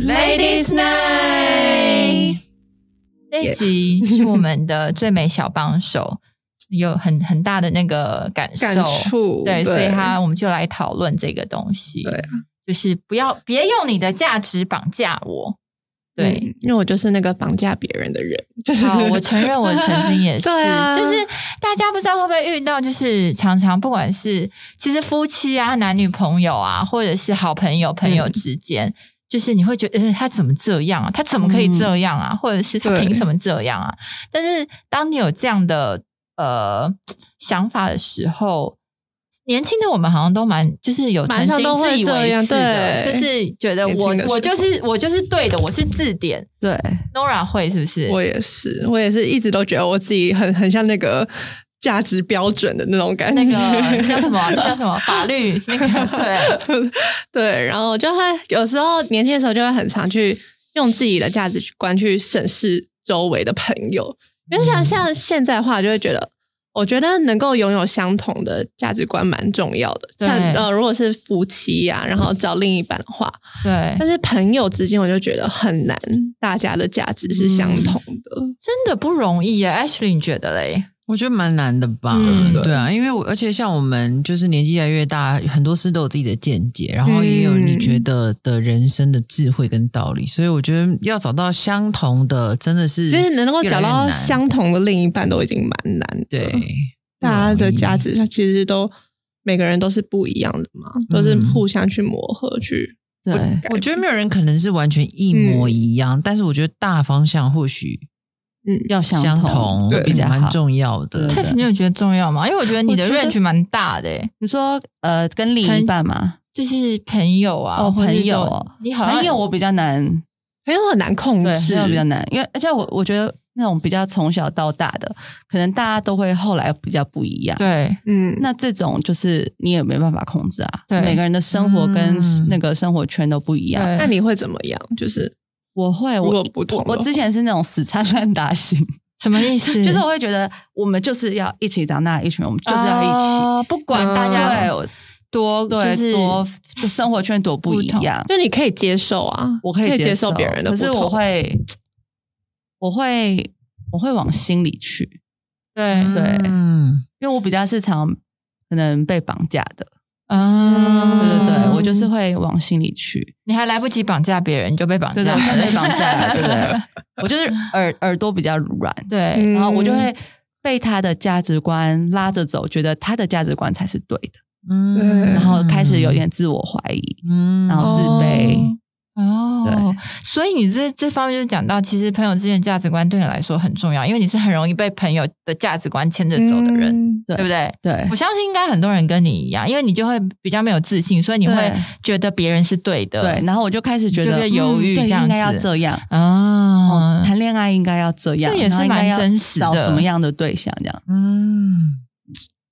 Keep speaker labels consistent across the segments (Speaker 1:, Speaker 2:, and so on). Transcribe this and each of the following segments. Speaker 1: Ladies Night。
Speaker 2: 这一集是我们的最美小帮手，有很很大的那个感受，
Speaker 1: 感触
Speaker 2: 对，
Speaker 1: 对
Speaker 2: 所以他我们就来讨论这个东西，
Speaker 1: 对啊
Speaker 2: 就是不要别用你的价值绑架我，对，
Speaker 1: 嗯因为我就是那个绑架别人的人，就是
Speaker 2: 好，我承认我曾经也是，
Speaker 1: 对啊
Speaker 2: 就是大家不知道会不会遇到，就是常常不管是其实夫妻啊、男女朋友啊，或者是好朋友、朋友之间，
Speaker 1: 嗯
Speaker 2: 就是你会觉得、呃、他怎么这样啊，他怎么可以这样啊，或者是他凭什么这样啊？但是当你有这样的呃想法的时候。年轻的我们好像都蛮，就是有曾
Speaker 1: 蛮
Speaker 2: 经
Speaker 1: 常都
Speaker 2: 自
Speaker 1: 会
Speaker 2: 以
Speaker 1: 这
Speaker 2: 为
Speaker 1: 样
Speaker 2: 是的，
Speaker 1: 对
Speaker 2: 就是觉得
Speaker 1: 年
Speaker 2: 我
Speaker 1: 轻的
Speaker 2: 我
Speaker 1: 时候
Speaker 2: 就是我就是对的，我是字典。
Speaker 1: 对
Speaker 2: Nora 会是不是？
Speaker 1: 我也是，我也是一直都觉得我自己很很像那个价值标准的那种感觉，
Speaker 2: 那个 那叫什么？那叫什么？法律那个对，
Speaker 1: 对，然后就会有时候年轻的时候就会很常去用自己的价值观去审视周围的朋友，因为像
Speaker 2: 嗯
Speaker 1: 像现在的话，就会觉得。我觉得能够拥有相同的价值观蛮重要的，像
Speaker 2: 对
Speaker 1: 呃，如果是夫妻呀、然后找另一半的话，
Speaker 2: 对，
Speaker 1: 但是朋友之间我就觉得很难，大家的价值是相
Speaker 3: 嗯
Speaker 1: 同的。
Speaker 2: 真的不容易耶。Ashley，你觉得嘞？
Speaker 3: 我觉得蛮难的吧，
Speaker 2: 嗯
Speaker 3: 对啊，因为我而且像我们就是年纪越来越大，很多事都有自己的见解，然后也有你觉得的人生的智慧跟道理，所以我觉得要找到相同的真的是
Speaker 1: 就是能够
Speaker 3: 越来
Speaker 1: 找
Speaker 3: 越
Speaker 1: 到
Speaker 3: 难
Speaker 1: 相同的另一半都已经蛮难的。
Speaker 3: 对，
Speaker 1: 大家的价
Speaker 3: 值。
Speaker 1: 值，它其实都每个人都是不一样的嘛，
Speaker 4: 嗯
Speaker 1: 都是互相去磨合去。
Speaker 3: 我
Speaker 1: 对
Speaker 3: 我觉得没有人可能是完全一模一样，但是我觉得大方向或许
Speaker 1: 嗯，
Speaker 4: 要相
Speaker 3: 相
Speaker 4: 同
Speaker 3: 会
Speaker 1: 对
Speaker 4: 比较好
Speaker 3: 蛮。重要的。
Speaker 4: 对
Speaker 2: Tiff，你有觉得重要吗？因为我觉得你的
Speaker 4: 我觉得
Speaker 2: range 蛮大的耶，
Speaker 4: 你说呃，跟另一半嘛，
Speaker 2: 就是朋友啊，
Speaker 4: 哦，
Speaker 2: 或者是
Speaker 4: 朋友
Speaker 2: 这
Speaker 4: 哦
Speaker 2: 种，你好像啊
Speaker 4: 朋友我比较难，
Speaker 1: 朋友很难控
Speaker 4: 对，
Speaker 1: 制
Speaker 4: 朋，友比较难，因为而且我我觉得那种比较从小到大的，可能大家都会后来比较不一样。
Speaker 2: 对
Speaker 1: 嗯，
Speaker 4: 那这种就是你也没办法控制啊，
Speaker 2: 对
Speaker 4: 每个人的生活跟
Speaker 3: 嗯
Speaker 4: 那个生活圈都不一样。
Speaker 2: 对
Speaker 1: 那你会怎么样？就是
Speaker 4: 我会，
Speaker 1: 如
Speaker 4: 我
Speaker 1: 果不同的
Speaker 4: 我，我之前是那种死缠烂打型，
Speaker 2: 什么意思？
Speaker 4: 就是我会觉得我们就是要一起长大，一群人我们就是要一起。嗯
Speaker 2: 哦不管大
Speaker 4: 对
Speaker 2: 家
Speaker 4: 我
Speaker 2: 多
Speaker 4: 对、
Speaker 2: 就是
Speaker 4: 多就生活圈多不一
Speaker 2: 不同
Speaker 4: 样，
Speaker 1: 就你可以接受啊，
Speaker 4: 我可以
Speaker 1: 以接
Speaker 4: 受
Speaker 1: 别人的
Speaker 4: 可
Speaker 1: 不同，
Speaker 4: 是我会，我会，我会往心里去，
Speaker 2: 对
Speaker 4: 对
Speaker 3: 嗯，
Speaker 4: 因为我比较是常可能被绑架的，
Speaker 2: 嗯，
Speaker 4: 对对对，
Speaker 1: 嗯
Speaker 4: 我就是会往心里去，
Speaker 2: 你还来不及绑架别人，你就被绑
Speaker 4: 对
Speaker 2: 架
Speaker 4: 对，我是被绑架
Speaker 2: 了，
Speaker 4: 了，对 不对？我就是耳耳朵比较软，
Speaker 1: 嗯
Speaker 2: 对
Speaker 4: 然后我就会被他的价值观拉着走，觉得他的价值观才是对的，
Speaker 3: 嗯
Speaker 1: 对
Speaker 4: 然后开始有，点自我怀疑，
Speaker 3: 嗯
Speaker 4: 然后自卑。
Speaker 2: 哦
Speaker 4: 对，
Speaker 2: 所以你这这方面就讲到，其实朋友之间的价值观对你来说很重要，因为你是很容易被朋友的价值观牵着走的人，
Speaker 1: 嗯
Speaker 4: 对
Speaker 2: 对不对？
Speaker 4: 对
Speaker 2: 我相信应该很多人跟你一样，因为你就会比较没有自信，所以你会
Speaker 4: 对
Speaker 2: 觉得别人是对的。
Speaker 4: 对，然后我就开始觉
Speaker 2: 就
Speaker 4: 得
Speaker 2: 是犹豫
Speaker 4: 嗯对，
Speaker 2: 这样
Speaker 4: 应该要
Speaker 2: 子
Speaker 4: 这样，
Speaker 2: 啊
Speaker 4: 哦，，谈恋爱应该要这样，
Speaker 2: 这也是
Speaker 4: 然后应该要
Speaker 2: 蛮真实的
Speaker 4: 找什么样的对象这样？
Speaker 3: 嗯。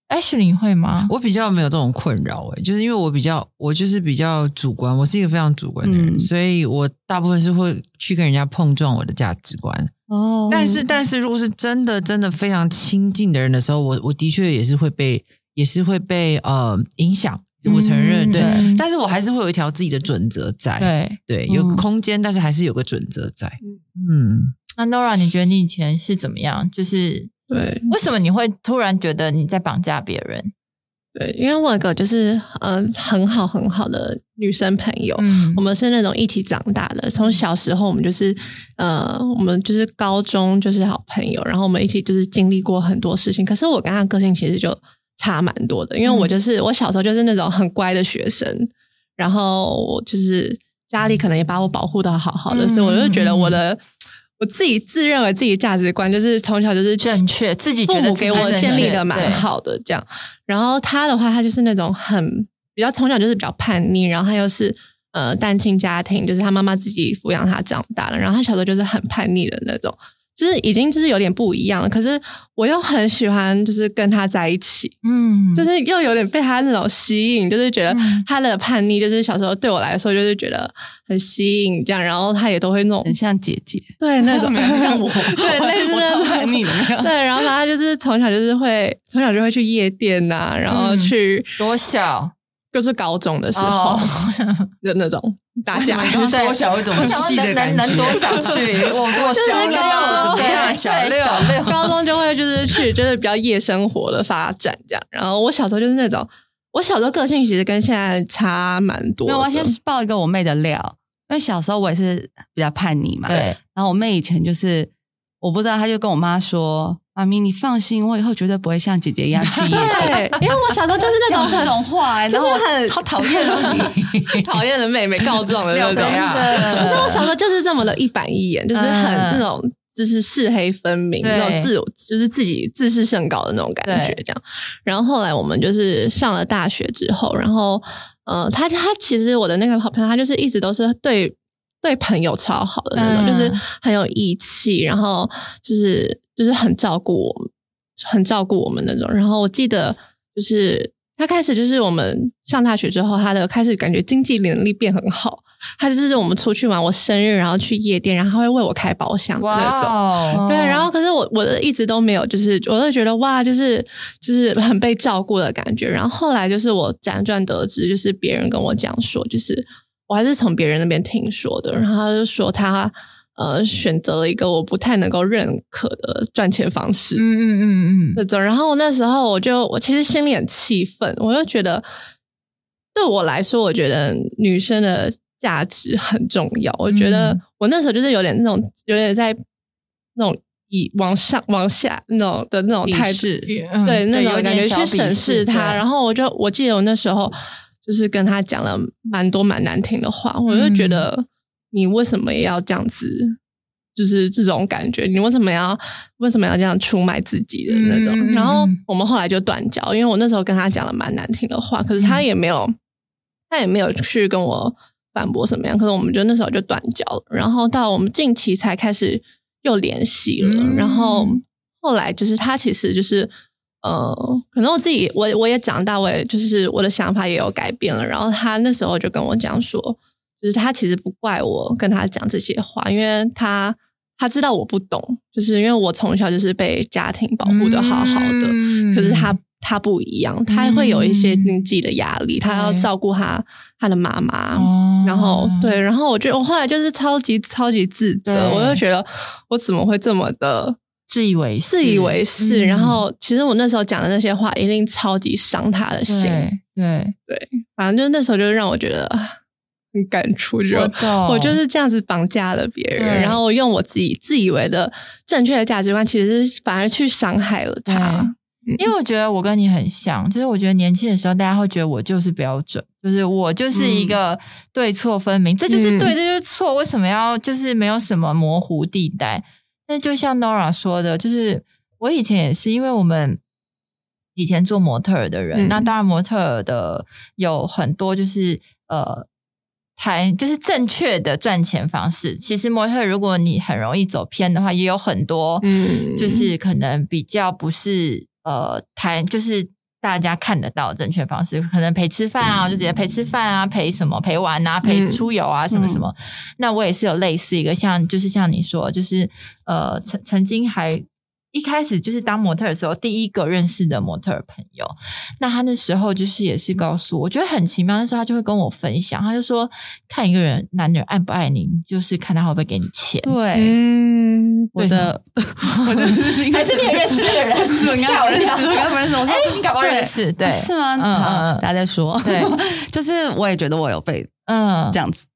Speaker 2: Ashley 你会吗？
Speaker 3: 我比较没有这种困扰诶、就是因为我比较，我就是比较主观，我是一个非常主观的人，
Speaker 4: 嗯
Speaker 3: 所以我大部分是会去跟人家碰撞我的价值观。
Speaker 4: 哦
Speaker 3: 但是，但是如果是真的真的非常亲近的人的时候，我我的确也是会被，也是会被呃影响，我承认、
Speaker 2: 嗯
Speaker 3: 对。
Speaker 2: 对
Speaker 3: 但是我还是会有一条自己的准则在，
Speaker 2: 对，
Speaker 3: 对，有
Speaker 4: 嗯
Speaker 3: 空间，但是还是有个准则在。嗯，
Speaker 2: 那 Nora 你觉得你以前是怎么样？就是
Speaker 1: 对
Speaker 2: 为什么你会突然觉得你在绑架别人？
Speaker 1: 对，因为我有个就是嗯、呃很好很好的女生朋友，
Speaker 2: 嗯
Speaker 1: 我，们是那种一起长大的，从小时候我们就是呃，我们就是高中就是好朋友，然后我们一起就是经历过很多事情。可是我跟他个性其实就差蛮多的，因为
Speaker 2: 嗯
Speaker 1: 我就是、我小时候就是那种很乖的学生，然后我就是家里可能也把我保护的好好的，
Speaker 2: 嗯
Speaker 1: 所以我就觉得我的我自己自认为自己价值观就是从小就是
Speaker 2: 正确，自己觉
Speaker 1: 父
Speaker 2: 得
Speaker 1: 母
Speaker 2: 自己
Speaker 1: 给我
Speaker 2: 正
Speaker 1: 建立
Speaker 2: 确
Speaker 1: 的蛮
Speaker 2: 对
Speaker 1: 好的，这样。然后他的话，他就是那种很比较从小就是比较叛逆，然后他又是呃单亲家庭，就是他妈妈自己抚养他长大了，然后他小时候就是很叛逆的那种，就是已经就是有点不一样了。可是我又很喜欢，就是跟他在一起，
Speaker 2: 嗯，
Speaker 1: 就是又有点被他那种吸引，就是觉得
Speaker 2: 嗯
Speaker 1: 他的叛逆，就是小时候对我来说就是觉得很吸引这样，然后他也都会那种
Speaker 4: 很像姐姐，
Speaker 1: 对那 种
Speaker 4: 像我，
Speaker 1: 对类似
Speaker 4: 我
Speaker 1: 那
Speaker 4: 超
Speaker 1: 种
Speaker 4: 爱
Speaker 3: 嗯
Speaker 4: 你的那 样。
Speaker 1: 对，然后啊反正就是从小就是会从小就会去夜店呐、然后去、
Speaker 2: 多小？
Speaker 1: 就是高中的时候 的那种打 架，
Speaker 2: 对
Speaker 3: 多小一种
Speaker 2: 我想
Speaker 3: 戏
Speaker 2: 要能
Speaker 3: 的感
Speaker 2: 能
Speaker 3: 觉，
Speaker 2: 能多少去？我我
Speaker 1: 就是
Speaker 2: 小六
Speaker 1: 高中
Speaker 2: 怎么样？小
Speaker 3: 对
Speaker 2: 六小六，
Speaker 1: 高中就会就是去就是比较夜生活的发展这样。然后我小时候就是那种，我小时候个性其实跟现在差蛮多的。
Speaker 4: 没有，我要先爆一个我妹的料，因为小时候我也是比较叛逆嘛。。
Speaker 2: 对，
Speaker 4: 然后我妹以前就是，我不知道，她就跟我妈说：“妈咪，你放心，我以后绝对不会像姐姐一样记 忆。
Speaker 1: 对，因为我小时候就是”那
Speaker 4: 讲
Speaker 1: 种
Speaker 4: 这
Speaker 1: 很
Speaker 4: 种话、欸，然后我
Speaker 1: 就是很
Speaker 3: 好讨厌哦 你。
Speaker 1: 讨厌的妹妹告状的那
Speaker 3: 廖
Speaker 1: 种
Speaker 3: 培。
Speaker 2: 啊
Speaker 3: 亚
Speaker 1: 可是我小时候就是这么的一板一眼，就是很
Speaker 2: 嗯
Speaker 1: 这种。就是是黑分明，
Speaker 2: 对
Speaker 1: 那种自我就是自己自视甚高的那种感觉，这样。然后后来我们就是上了大学之后，然后呃，他他其实我的那个好朋友，他就是一直都是对对朋友超好的那种，
Speaker 2: 嗯
Speaker 1: 就是很有义气，然后就是就是很照顾我们，很照顾我们那种。然后我记得就是他开始就是我们上大学之后，他的开始感觉经济能力变很好，他就是我们出去玩，我生日然后去夜店，然后他会为我开包厢的那种。
Speaker 2: 哇哦，
Speaker 1: 对，然后可是我我的一直都没有，就是我都觉得哇，就是就是很被照顾的感觉。然后后来就是我辗转得知，就是别人跟我讲说，就是我还是从别人那边听说的。然后他就说他呃选择了一个我不太能够认可的赚钱方式，
Speaker 2: 嗯嗯嗯嗯，
Speaker 1: 那种。然后那时候我就我其实心里很气愤，我就觉得对我来说，我觉得女生的价值很重要。我觉得
Speaker 4: 嗯
Speaker 1: 我那时候就是有点那种有点在那种以往上往下那种的那种态
Speaker 4: 鄙
Speaker 1: 度，
Speaker 4: 视，
Speaker 2: 嗯
Speaker 1: 对那种感觉去审视他。然
Speaker 2: 后
Speaker 1: 后我就我记得我那时候就是跟他讲了蛮多蛮难听的话，我就
Speaker 2: 嗯
Speaker 1: 觉得你为什么要这样子？就是这种感觉，你为什么要为什么要这样出卖自己的那种？
Speaker 2: 嗯嗯嗯
Speaker 1: 然后
Speaker 2: 嗯
Speaker 1: 我们后来就断交，因为我那时候跟他讲了蛮难听的话，可是
Speaker 2: 嗯
Speaker 1: 他也没有，他也没有去跟我反驳什么样。可是我们就那时候就断交了，然后到我们近期才开始又联系了，
Speaker 2: 嗯
Speaker 1: 然后后来就是他其实就是呃，可能我自己我我也长大，我也就是我的想法也有改变了。然后他那时候就跟我讲说，就是他其实不怪我跟他讲这些话，因为他他知道我不懂，就是因为我从小就是被家庭保护的好好的，
Speaker 2: 嗯
Speaker 1: 可是他他不一样，他会有一些经济的压力，他要照顾他他的妈妈。
Speaker 2: 哦
Speaker 1: 然后，对，然后我觉得我后来就是超级超级自责，
Speaker 2: 对
Speaker 1: 我就觉得我怎么会这么的
Speaker 2: 自以为
Speaker 1: 自以为是，
Speaker 2: 嗯
Speaker 1: 然后其实我那时候讲的那些话一定超级伤他的心。
Speaker 2: 对对，
Speaker 1: 反正就是那时候就让我觉得啊很感触，就
Speaker 2: 我懂，
Speaker 1: 我就是这样子绑架了别人，
Speaker 2: 对
Speaker 1: 然后我用我自己自以为的正确的价值观，其实是反而去伤害了他。
Speaker 2: 因为我觉得我跟你很像，就是我觉得年轻的时候，大家会觉得我就是标准，就是我就是一个对错分明，这就是
Speaker 1: 嗯
Speaker 2: 对，这就是错，为什么要就是没有什么模糊地带？那就像 Nora 说的，就是我以前也是，因为我们以前做模特儿的人，
Speaker 1: 嗯
Speaker 2: 那当然模特儿的有很多就是呃。谈就是正确的赚钱方式。其实模特儿如果你很容易走偏的话，也有很多
Speaker 1: 嗯
Speaker 2: 就是可能比较不是呃谈，就是大家看得到的正确方式，可能陪吃饭啊，就直接陪吃饭啊，陪什么陪玩啊，陪
Speaker 1: 嗯
Speaker 2: 出游啊，什么什么。那我也是有类似一个像，就是像你说，就是呃曾曾经还。一开始就是当模特儿的时候，第一个认识的模特儿朋友，那他那时候就是也是告诉我，我觉得很奇妙。那时候他就会跟我分享，他就说看一个人男人爱不爱你，就是看他会不会给你钱。
Speaker 4: 对，
Speaker 1: 嗯，
Speaker 4: 我的，我的
Speaker 2: 还是你也认识那个人？啊
Speaker 4: 是我应该我认识，我应该不认识。我说哦
Speaker 2: 哎，你搞不好认识，对，
Speaker 4: 是吗？
Speaker 2: 嗯嗯
Speaker 4: 好，
Speaker 2: 嗯
Speaker 4: 大家再说。
Speaker 2: 对，
Speaker 4: 就是我也觉得我有被
Speaker 2: 嗯
Speaker 4: 这，样子，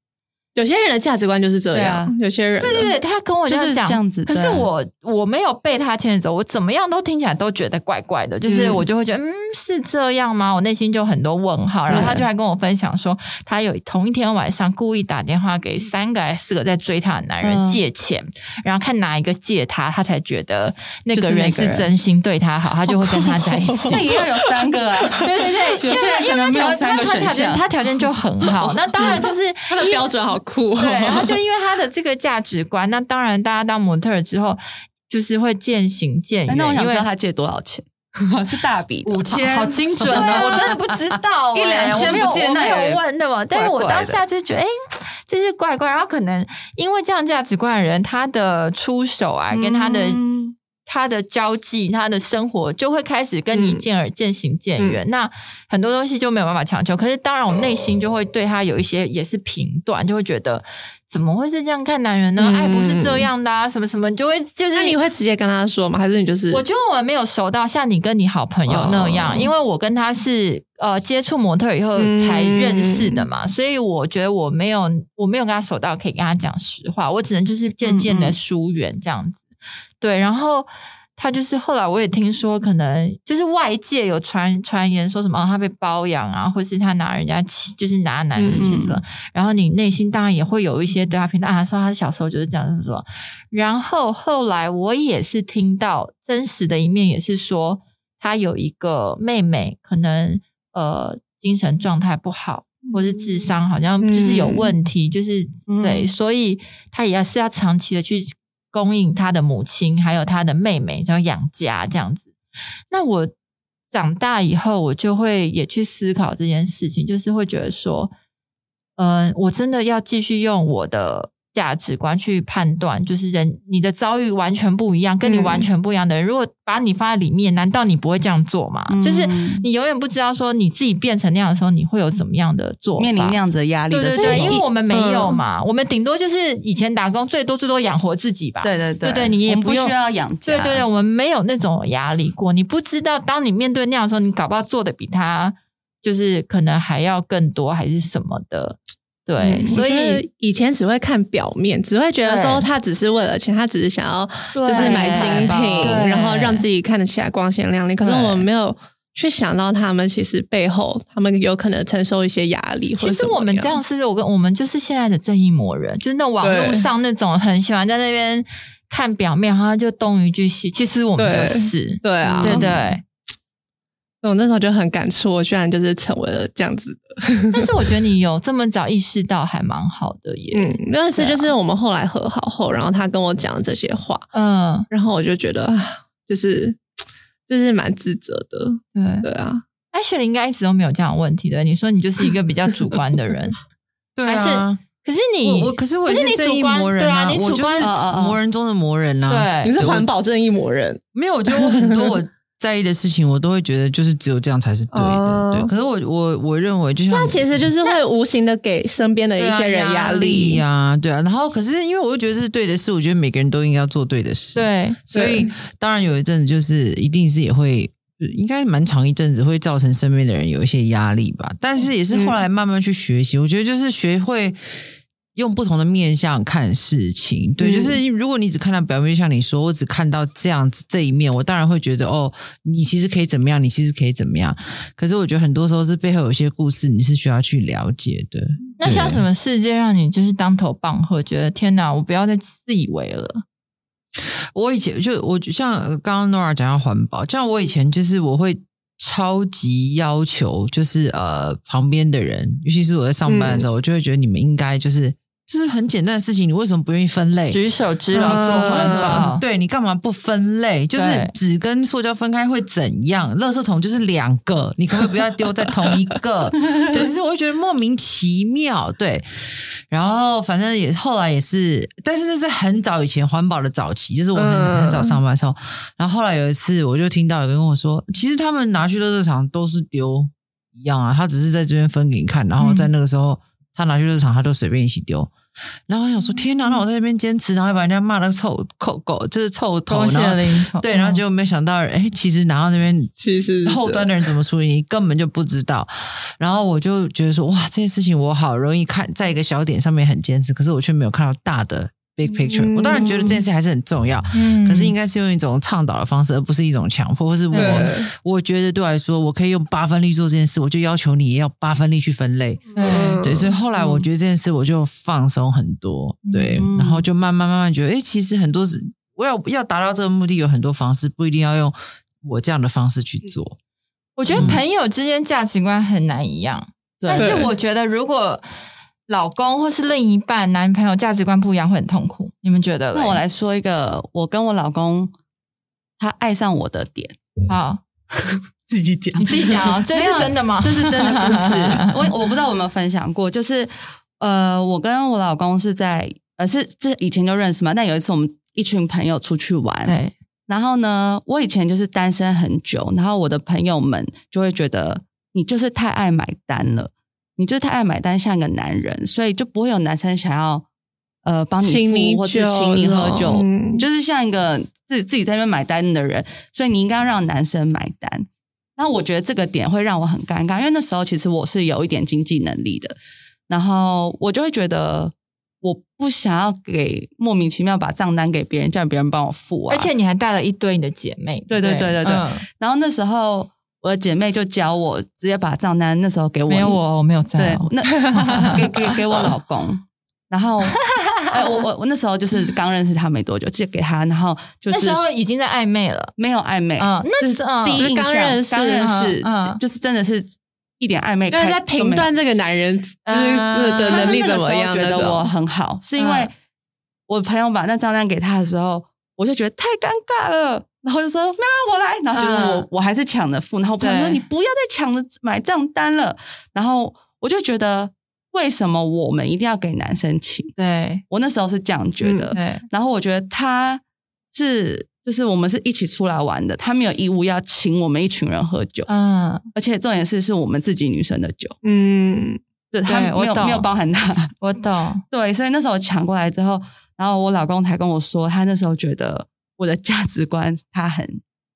Speaker 1: 有些人的价值观就是这
Speaker 4: 对
Speaker 1: 样，
Speaker 4: 啊
Speaker 1: 有些人
Speaker 2: 对对对，他跟我
Speaker 4: 就是
Speaker 2: 讲
Speaker 4: 这样子
Speaker 2: 可是
Speaker 4: 对
Speaker 2: 我我没有被他牵着走，我怎么样都听起来都觉得怪怪的，就是
Speaker 1: 嗯
Speaker 2: 我就会觉得嗯是这样吗？我内心就很多问号。然后他就还跟我分享说，他有同一天晚上故意打电话给三个还是四个在追他的男人
Speaker 4: 嗯
Speaker 2: 借钱，然后看哪一个借他，他才觉得那个
Speaker 4: 就是
Speaker 2: 人
Speaker 4: 那个
Speaker 2: 是
Speaker 4: 人
Speaker 2: 真心对他好，他就会跟他在一 起。
Speaker 4: 那也要有三个啊。
Speaker 2: 对对对，
Speaker 4: 有些人
Speaker 2: 因为
Speaker 4: 可能没有
Speaker 2: 因为他
Speaker 4: 三个
Speaker 2: 他
Speaker 4: 选
Speaker 2: 条件
Speaker 4: 项
Speaker 2: 他条件就很 好。那当然就是
Speaker 1: 他的标准好酷、哦，
Speaker 2: 对，然后就因为他的这个价值观，那当然大家当模特儿之后，就是会渐行渐
Speaker 4: 哎
Speaker 2: 远。
Speaker 4: 那我想知道
Speaker 2: 因为
Speaker 4: 他借多少钱， 是大笔的
Speaker 3: 五千
Speaker 2: 好好精准
Speaker 4: 对啊
Speaker 2: 哦，我真的不知道欸，
Speaker 4: 一两千
Speaker 2: 我没有
Speaker 4: 不见
Speaker 2: 我
Speaker 4: 那
Speaker 2: 没
Speaker 4: 也
Speaker 2: 有问的嘛。但是我
Speaker 4: 怪怪
Speaker 2: 当
Speaker 4: 的
Speaker 2: 下就觉得，哎，就是怪怪。然后可能因为这样价值观的人，他的出手啊，跟他的
Speaker 4: 嗯
Speaker 2: 他的交际、他的生活就会开始跟你
Speaker 1: 嗯
Speaker 2: 见而渐行渐远。那很多东西就没有办法强求。可是当然，我内心就会对他有一些也是评断，就会觉得怎么会是这样看男人呢？
Speaker 1: 嗯
Speaker 2: 爱不是这样的啊，什么什么，你就会就是
Speaker 1: 那你会直接跟他说吗？还是你就是
Speaker 2: 我觉得我们没有熟到像你跟你好朋友那样，
Speaker 1: 哦
Speaker 2: 因为我跟他是呃接触模特以后
Speaker 1: 嗯
Speaker 2: 才认识的嘛，所以我觉得我没有我没有跟他熟到可以跟他讲实话，我只能就是渐渐
Speaker 1: 嗯
Speaker 2: 的
Speaker 1: 嗯
Speaker 2: 疏远这样子。对，然后他就是后来我也听说，可能就是外界有传传言说什么、哦他被包养啊，或是他拿人家钱，就是拿男人的钱什么，然后你内心当然也会有一些对他评价啊，说他小时候就是这样什么什么。然后后来我也是听到真实的一面，也是说他有一个妹妹，可能呃精神状态不好，或是智商好像就是有问题，就是、
Speaker 4: 嗯
Speaker 2: 对，所以他也是要长期的去供应他的母亲还有他的妹妹，然后养家这样子。那我长大以后，我就会也去思考这件事情，就是会觉得说，嗯、我真的要继续用我的价值观去判断，就是人你的遭遇完全不一样，跟你
Speaker 1: 嗯
Speaker 2: 完全不一样的人，如果把你放在里面，难道你不会这样做吗？
Speaker 4: 嗯
Speaker 2: 就是你永远不知道说你自己变成那样的时候，你会有怎么样的做法
Speaker 4: 面临那样子的压力
Speaker 2: 对
Speaker 4: 的
Speaker 2: 对
Speaker 4: 时候，嗯
Speaker 2: 对，因为我们没有嘛，我们顶多就是以前打工，最多最多养活自己吧。
Speaker 4: 对对
Speaker 2: 对对你也
Speaker 4: 我们
Speaker 2: 不
Speaker 4: 不
Speaker 2: 用
Speaker 4: 需要养家，
Speaker 2: 对对对，我们没有那种压力过。你不知道，当你面对那样的时候，你搞不好做的比他就是可能还要更多，还是什么的。对，
Speaker 1: 嗯
Speaker 2: 所
Speaker 1: 我觉
Speaker 2: 以
Speaker 1: 得以前只会看表面，只会觉得说
Speaker 2: 对
Speaker 1: 他只是为了钱，他只是想要
Speaker 2: 对
Speaker 1: 就是买精品
Speaker 2: 对，
Speaker 1: 然后让自己看得起来光鲜亮丽。可是
Speaker 2: 对
Speaker 1: 我们没有去想到他们其实背后，他们有可能承受一些压力或
Speaker 2: 其
Speaker 1: 者什
Speaker 2: 实
Speaker 1: 么
Speaker 2: 我们这样，是不是？我跟我们就是现在的正义魔人，就是那种网络
Speaker 1: 对
Speaker 2: 上那种很喜欢在那边看表面，然后就东一句西。其实我们
Speaker 1: 对
Speaker 2: 不是，
Speaker 1: 对啊，
Speaker 2: 对对。
Speaker 1: 我那时候就很感触，我居然就是成为了这样子的。
Speaker 2: 但是我觉得你有这么早意识到，还蛮好的耶。
Speaker 1: 嗯，但是
Speaker 2: 对啊
Speaker 1: 就是我们后来和好后，然后他跟我讲这些话，
Speaker 2: 嗯，
Speaker 1: 然后我就觉得啊就是就是蛮自责的，
Speaker 2: 嗯对。
Speaker 1: 对啊。
Speaker 2: 艾雪应该一直都没有这样的问题的。你说你就是一个比较主观的人，
Speaker 3: 对
Speaker 2: 还
Speaker 3: 啊。
Speaker 2: 可是你
Speaker 3: 我我可是我
Speaker 2: 可
Speaker 3: 也
Speaker 2: 是你
Speaker 3: 是正
Speaker 2: 主
Speaker 3: 义
Speaker 2: 观
Speaker 3: 魔人
Speaker 2: 对啊，你
Speaker 3: 我
Speaker 2: 主
Speaker 3: 就
Speaker 2: 观
Speaker 3: 是魔人中的魔人啊。
Speaker 1: 你
Speaker 2: 对
Speaker 1: 是环保正义魔人，
Speaker 3: 没有，我觉得我很多我在意的事情，我都会觉得就是只有这样才是对的。
Speaker 2: 嗯
Speaker 1: 哦
Speaker 3: 对，可是我我我认为就像
Speaker 1: 那其实就是会无形的给身边的
Speaker 3: 对
Speaker 1: 一
Speaker 3: 啊
Speaker 1: 些人
Speaker 3: 压
Speaker 1: 力
Speaker 3: 呀、对啊。然后可是因为我又觉得这是对的事，我觉得每个人都应该要做对的事。，
Speaker 2: 对
Speaker 3: 所以当然有一阵子就是一定是也会。呃应该蛮长一阵子会造成身边的人有一些压力吧，但是也是后来慢慢去学习，我觉得就是学会用不同的面向看事情。对，
Speaker 1: 嗯
Speaker 3: 就是如果你只看到表面，就像你说，我只看到这样子这一面，我当然会觉得哦，你其实可以怎么样，你其实可以怎么样。可是我觉得很多时候是背后有一些故事，你是需要去了解的。
Speaker 2: 那像什么事件让你就是当头棒喝，觉得天哪，我不要再自以为了？
Speaker 3: 我以前就我就像呃刚刚 Nora 讲到环保，像我以前就是我会超级要求，就是呃旁边的人，尤其是我在上班的时候，我就会觉得你们应该就是就是很简单的事情，你为什么不愿意分类？
Speaker 2: 举手之劳
Speaker 1: 嗯
Speaker 2: 做
Speaker 3: 呃
Speaker 2: 法是吧？
Speaker 3: 对你干嘛不分类？就是
Speaker 2: 对
Speaker 3: 纸跟塑胶分开会怎样？垃圾桶就是两个，你可不可以不要丢在同一 个？对，就是我会觉得莫名其妙。对，然后反正也后来也是，但是那是很早以前环保的早期，就是我很
Speaker 1: 嗯
Speaker 3: 很早上班的时候。然后后来有一次，我就听到有人跟我说，其实他们拿去垃圾场都是丢一样啊，他只是在这边分给你看，然后
Speaker 1: 嗯
Speaker 3: 在那个时候、他拿去垃圾场，他都随便一起丢。然后我想说，天哪！那我在这边坚持，然后还把人家骂的臭臭狗，就是臭头，
Speaker 2: 多谢
Speaker 3: 然后
Speaker 2: 领头。
Speaker 3: 对，然后结果没有想到，哎，其实拿到那边
Speaker 1: 其实嗯是
Speaker 3: 后端的人怎么处理，你根本就不知道。然后我就觉得说，哇，这件事情我好容易看在一个小点上面很坚持，可是我却没有看到大的 big picture。
Speaker 1: 嗯
Speaker 3: 我当然觉得这件事还是很重要，
Speaker 2: 嗯
Speaker 3: 可是应该是用一种倡导的方式，而不是一种强迫，或是我
Speaker 1: 对
Speaker 3: 我觉得对我来说，我可以用八分力做这件事，我就要求你也要八分力去分类。
Speaker 4: 嗯
Speaker 2: 对
Speaker 3: 对，所以后来我觉得这件事我就放松很多，对，
Speaker 4: 嗯
Speaker 3: 然后就慢慢慢慢觉得，诶，其实很多是我要要达到这个目的有很多方式，不一定要用我这样的方式去做。
Speaker 2: 我觉得朋友之间价值观很难一样，
Speaker 4: 对
Speaker 2: 但是我觉得如果老公或是另一半、男朋友价值观不一样，会很痛苦。你们觉得嘞？
Speaker 4: 那我来说一个，我跟我老公他爱上我的点，
Speaker 2: 好，
Speaker 3: 自己讲
Speaker 2: 你 自己讲 哦，这
Speaker 4: 没有
Speaker 2: 是真的吗？
Speaker 4: 这是真的故 事。我我不知道我有没有分享过，就是呃，我跟我老公是在呃是这以前就认识嘛，但有一次我们一群朋友出去玩，
Speaker 2: 对，
Speaker 4: 然后呢，我以前就是单身很久，然后我的朋友们就会觉得你就是太爱买单了，你就是太爱买单，像个男人，所以就不会有男生想要呃帮你
Speaker 1: 请
Speaker 4: 付
Speaker 1: 你
Speaker 4: 或是
Speaker 1: 酒
Speaker 4: 请你喝酒，
Speaker 1: 嗯
Speaker 4: 你就是像一个自己自己在那边买单的人，所以你应该让男生买单。那我觉得这个点会让我很尴尬，因为那时候其实我是有一点经济能力的，然后我就会觉得我不想要给莫名其妙把账单给别人，叫别人帮我付啊。
Speaker 2: 而且你还带了一堆你的姐妹，
Speaker 4: 对
Speaker 2: 对
Speaker 4: 对对对对
Speaker 2: 嗯
Speaker 4: 然后那时候我的姐妹就教我直接把账单那时候给我，
Speaker 2: 没有我，我没有在
Speaker 4: 对
Speaker 2: 哦，，
Speaker 4: 那 给给给我老公。然后，哎，我我我那时候就是刚认识他没多久，直接给他，然后就
Speaker 2: 那
Speaker 4: 是
Speaker 2: 时候已经在暧昧了。
Speaker 4: 没有暧昧，
Speaker 2: 嗯那
Speaker 4: 就是
Speaker 2: 嗯
Speaker 4: 第一印
Speaker 1: 只是
Speaker 4: 象
Speaker 1: 刚认识
Speaker 4: 刚认识，
Speaker 2: 嗯嗯
Speaker 4: 就是真的是一点暧昧
Speaker 1: 因
Speaker 4: 开，
Speaker 1: 为在评断这个男人就是
Speaker 2: 嗯
Speaker 1: 的
Speaker 4: 都没有。
Speaker 1: 能力怎
Speaker 4: 他是那个
Speaker 1: 么
Speaker 4: 时候
Speaker 1: 样
Speaker 4: 觉
Speaker 1: 那
Speaker 4: 得我
Speaker 1: 种，
Speaker 4: 很好，是因为
Speaker 2: 嗯
Speaker 4: 我朋友把那账单给他的时候，我就觉得太尴尬了，然后就说没有我来，然后就是我
Speaker 2: 嗯
Speaker 4: 我还是抢着付，然后我朋友说
Speaker 2: 对
Speaker 4: 你不要再抢着买账单了，然后我就觉得为什么我们一定要给男生请？
Speaker 2: 对
Speaker 4: 我那时候是这样觉
Speaker 1: 嗯
Speaker 4: 得，
Speaker 2: 对，
Speaker 4: 然后我觉得他是就是我们是一起出来玩的，他没有义务要请我们一群人喝酒，
Speaker 2: 嗯，
Speaker 4: 而且重点是是我们自己女生的酒，
Speaker 1: 嗯，
Speaker 4: 对他
Speaker 2: 对我
Speaker 4: 没有
Speaker 2: 懂
Speaker 4: 没有包含他，
Speaker 2: 我懂。
Speaker 4: 对，所以那时候我抢过来之后，然后我老公才跟我说，他那时候觉得我的价值观他很